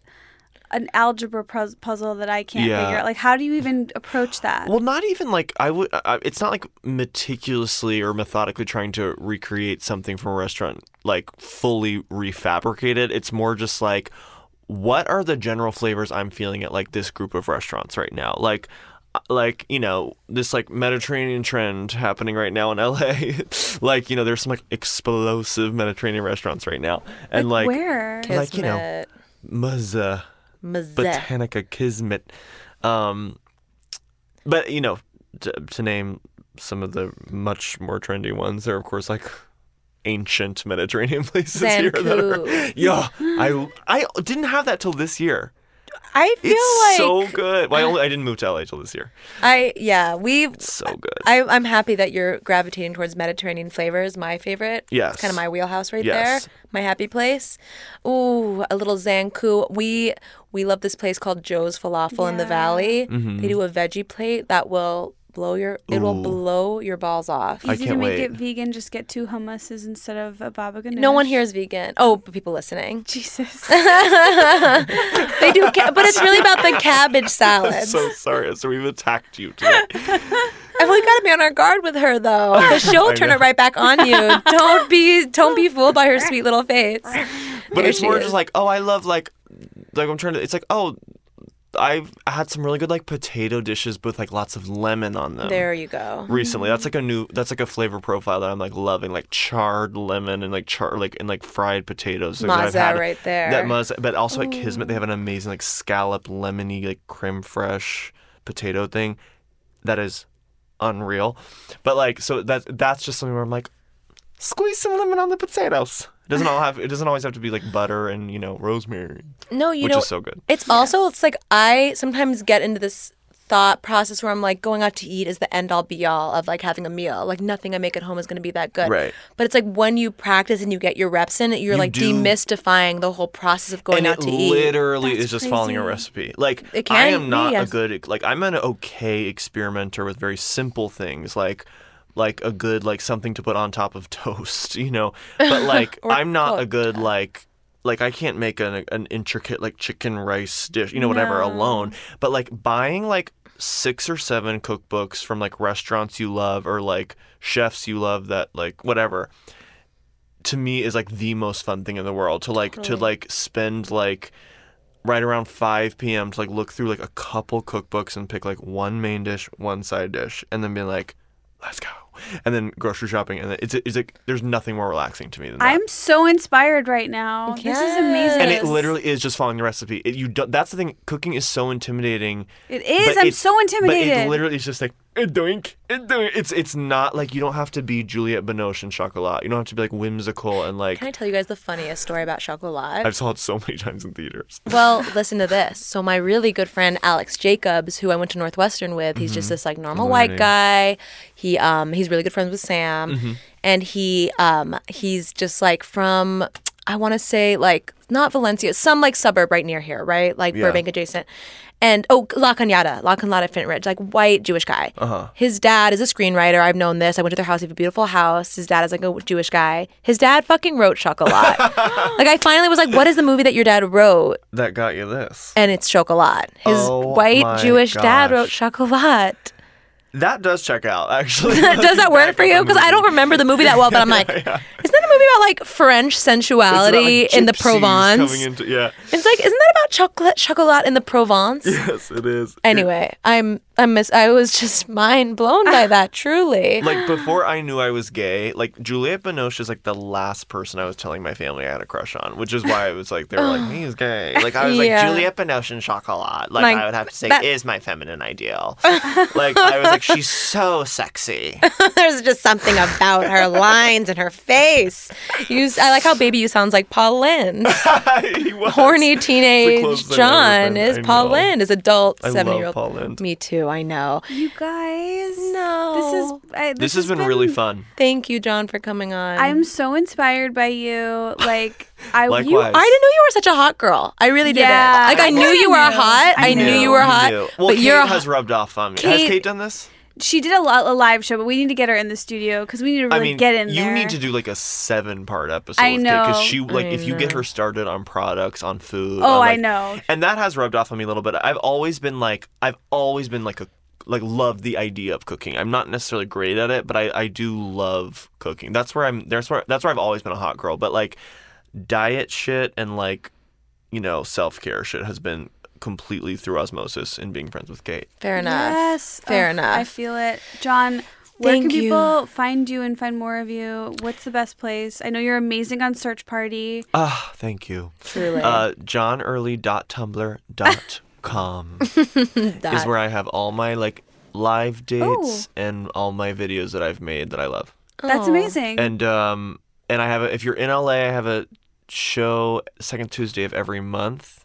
an algebra puz- puzzle that I can't
Yeah.
figure out. Like, how do you even approach that?
Well, not even like I would. I, it's not like meticulously or methodically trying to recreate something from a restaurant, like fully refabricated. It's more just like, what are the general flavors I'm feeling at like this group of restaurants right now? Like, uh, like you know this like Mediterranean trend happening right now in LA. [LAUGHS] like you know there's some like explosive Mediterranean restaurants right now, and like,
Where?
Like, you know, Mazza.
Mazette.
Botanica Kismet. Um, but you know, to, to name some of the much more trendy ones, there are of course like ancient Mediterranean [LAUGHS] places here that are.
Zanku.
[LAUGHS] Yeah, I I didn't have that till this year.
I feel
It's
like
so good. Well, I, only, I didn't move to LA till this year.
I yeah we've
So good.
I, I'm happy that you're gravitating towards Mediterranean flavors. My favorite.
Yes.
It's kind of my wheelhouse right
Yes.
there. My happy place. Ooh, a little Zanku. We we love this place called Joe's Falafel in the
Yeah.
Valley.
Mm-hmm.
They do a veggie plate that will blow your it will blow your balls off.
I
Easy to
can't
make
wait.
it vegan. Just get two hummuses instead of a baba ganoush.
no one here is vegan. Oh, but people listening. [LAUGHS]
Jesus.
They do, ca- but it's really
[LAUGHS]
about the
[LAUGHS]
cabbage
I'm
salads.
so sorry. So we've attacked you
[LAUGHS]
today.
And we gotta be on our guard with her though,
[LAUGHS]
because she'll
I
turn
know.
it right back on you.
[LAUGHS]
Don't be, don't be fooled by her sweet little face.
But
There
it's
she
more
is.
just like, oh, I love like, like I'm trying to. It's like, oh, I've had some really good like potato dishes with like lots of lemon on them.
There you go.
recently. That's like a new. That's like a flavor profile that I'm like loving, like charred lemon and like char like and like fried potatoes. Like that I've
Mazza
had.
right there.
That mazza, but also at Kismet they have an amazing like scallop lemony like creme fraiche potato thing, that is unreal. But like so that that's just something where I'm like, squeeze some lemon on the potatoes. It doesn't all have. It doesn't always have to be like butter and you know rosemary,
No, you
which
know,
is so good.
it's also it's like I sometimes get into this thought process where I'm like, going out to eat is the end all be all of like having a meal. Like nothing I make at home is gonna be that good.
Right.
But it's like when you practice and you get your reps in, you're like
do.
demystifying the whole process of going
and
out
it
to eat.
literally
That's
is just following a
crazy.
recipe. Like
It
I
can
am not
be,
a
yes.
good like I'm an okay experimenter with very simple things like like a good like something to put on top of [LAUGHS] toast, you know. But
[LAUGHS]
like I'm not a good like like I can't make an an intricate like chicken rice dish, you know, whatever alone. But like buying like six or seven cookbooks from like restaurants you love or like chefs you love that like whatever to me is like the most fun thing in the world to like to like spend like right around 5 p.m. to like look through like a couple cookbooks and pick like one main dish, one side dish, and then be like, let's go, and then grocery shopping, and then it's it's like there's nothing more relaxing to me than that.
I'm so inspired right now. This is amazing.
and
Yes.
it literally is just following the recipe. It, you do, that's the thing. Cooking is so intimidating.
It is.
but
I'm
it's-
so intimidated.
But it literally is just like "Eh, doink, eh, doink. It's it's not like you don't have to be Juliette Binoche and Chocolat. You don't have to be like whimsical and like
Can I tell you guys the funniest story about chocolate?
[LAUGHS] I've saw it so many times in theaters.
Well, listen to this. So my really good friend Alex Jacobs, who I went to Northwestern with, he's just this like normal white guy. He um he's really good friends with Sam, and he um he's just like from I want to say like not Valencia, some like suburb right near here, right like Burbank adjacent. And oh, La Cañada, La Cañada Fintridge, like white Jewish guy. Uh-huh. His dad is a screenwriter. I've known this. I went to their house. They have a beautiful house. His dad is like a Jewish guy. His dad fucking wrote Chocolat. like I finally was like, what is the movie that your dad wrote?
That got you this.
and it's chocolat. His
Oh my
white Jewish dad wrote
gosh. [LAUGHS]
chocolat.
That does check out, actually.
[LAUGHS] Does that work for you? Because I don't remember the movie that well,
[LAUGHS]
but I'm like, isn't that a movie about like French sensuality in the Provence?
yeah. [LAUGHS]
It's like, isn't that about chocolate, chocolat in the Provence?
Yes, it is.
Anyway, I'm I'm mis- I was just [LAUGHS] mind blown by that. Truly, [GASPS]
Like before I knew I was gay, like Juliette Binoche is like the last person I was telling my family I had a crush on, which is why I was like, they were
[SIGHS]
like, he's gay. Like I was
Yeah.
like Juliette Binoche and Chocolat. Like,
Like,
I would have to say
that-
is my feminine
[LAUGHS]
ideal. like I was like, she's so sexy.
[LAUGHS]
[LAUGHS]
there's just something about her lines and her face. You, s- I like how baby you sounds like
[LAUGHS]
Paul Lynn.
He was.
horny teenage
closest I've ever
John
been.
is
I
Paul
know.
Lind, is adult
I love
seven year
Paul
old.
Lind.
Me too, I know.
you guys. This is.
No.
I,
This has been, really fun.
Thank you, John, for coming on.
I'm so inspired by you. Like
[LAUGHS]
I
you, I
Likewise.
didn't know you were such a hot girl. I really didn't.
Yeah.
Like I,
I
knew
kinda
you were
knew.
hot. I,
I
knew
knew.
you were
He
hot.
knew. Well,
but
Kate
you're a-
has rubbed off on me. has
Kate-
Kate done this?
she did a, lo- a live show, but we need to get her in the studio because we need to really
I mean,
get in
you
there.
need to do like a seven-part episode.
I know.
because she like
I
if you get her started on products, on food.
Oh,
on,
I
like-
know.
And that has rubbed off on me a little bit. I've always been like, I've always been like a like loved the idea of cooking. I'm not necessarily great at it, but I I do love cooking. That's where I'm. That's where that's where I've always been a hot girl. But like diet shit and like you know self care shit has been completely through osmosis and being friends with Kate.
Fair enough.
Yes. Oh,
Fair
Ugh,
enough.
I feel it. John, where
Thank
can
you.
people find you and find more of you? What's the best place? I know you're amazing on Search Party.
Ah, thank you.
Truly.
Uh, johnearly.tumblr.com is where I have all my like live dates and all my videos that I've made that I love.
That's amazing.
And um and I have a, if you're in LA, I have a show second Tuesday of every month.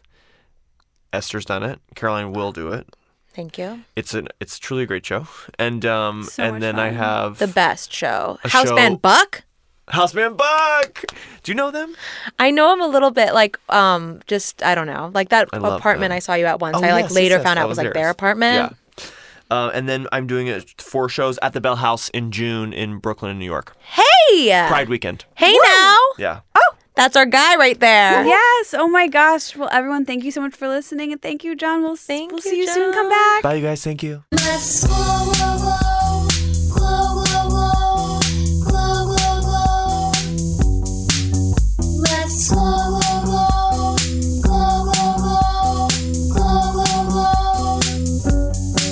Esther's done it. Caroline will do it.
Thank you.
It's an it's truly a great show. And um
So much
and then I
fun.
have
The best show.
A
House
show-
Band Buck.
Houseman Buck. Do you know them?
I know him a little bit, like um, just I don't know, like that
I love
apartment
them.
I saw you at once.
Oh,
I like
yes, yes,
later
yes,
found
that
out was like their
theirs.
apartment.
Yeah. Uh, and then I'm doing it four shows at the Bell House in June in Brooklyn and New York.
Hey,
Pride weekend.
hey now,
Yeah.
that's our guy right there.
yes. Oh my gosh. Well, everyone, thank you so much for listening. And thank you, John. We'll, s-
Thank
we'll
you,
see you soon. Come
John.
back.
Bye, you guys. Thank you.
Let's glow, glow, glow, glow, glow, glow, glow, glow, glow. Let's glow, glow, glow, glow, glow, glow, glow, glow.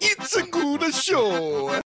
It's a good show.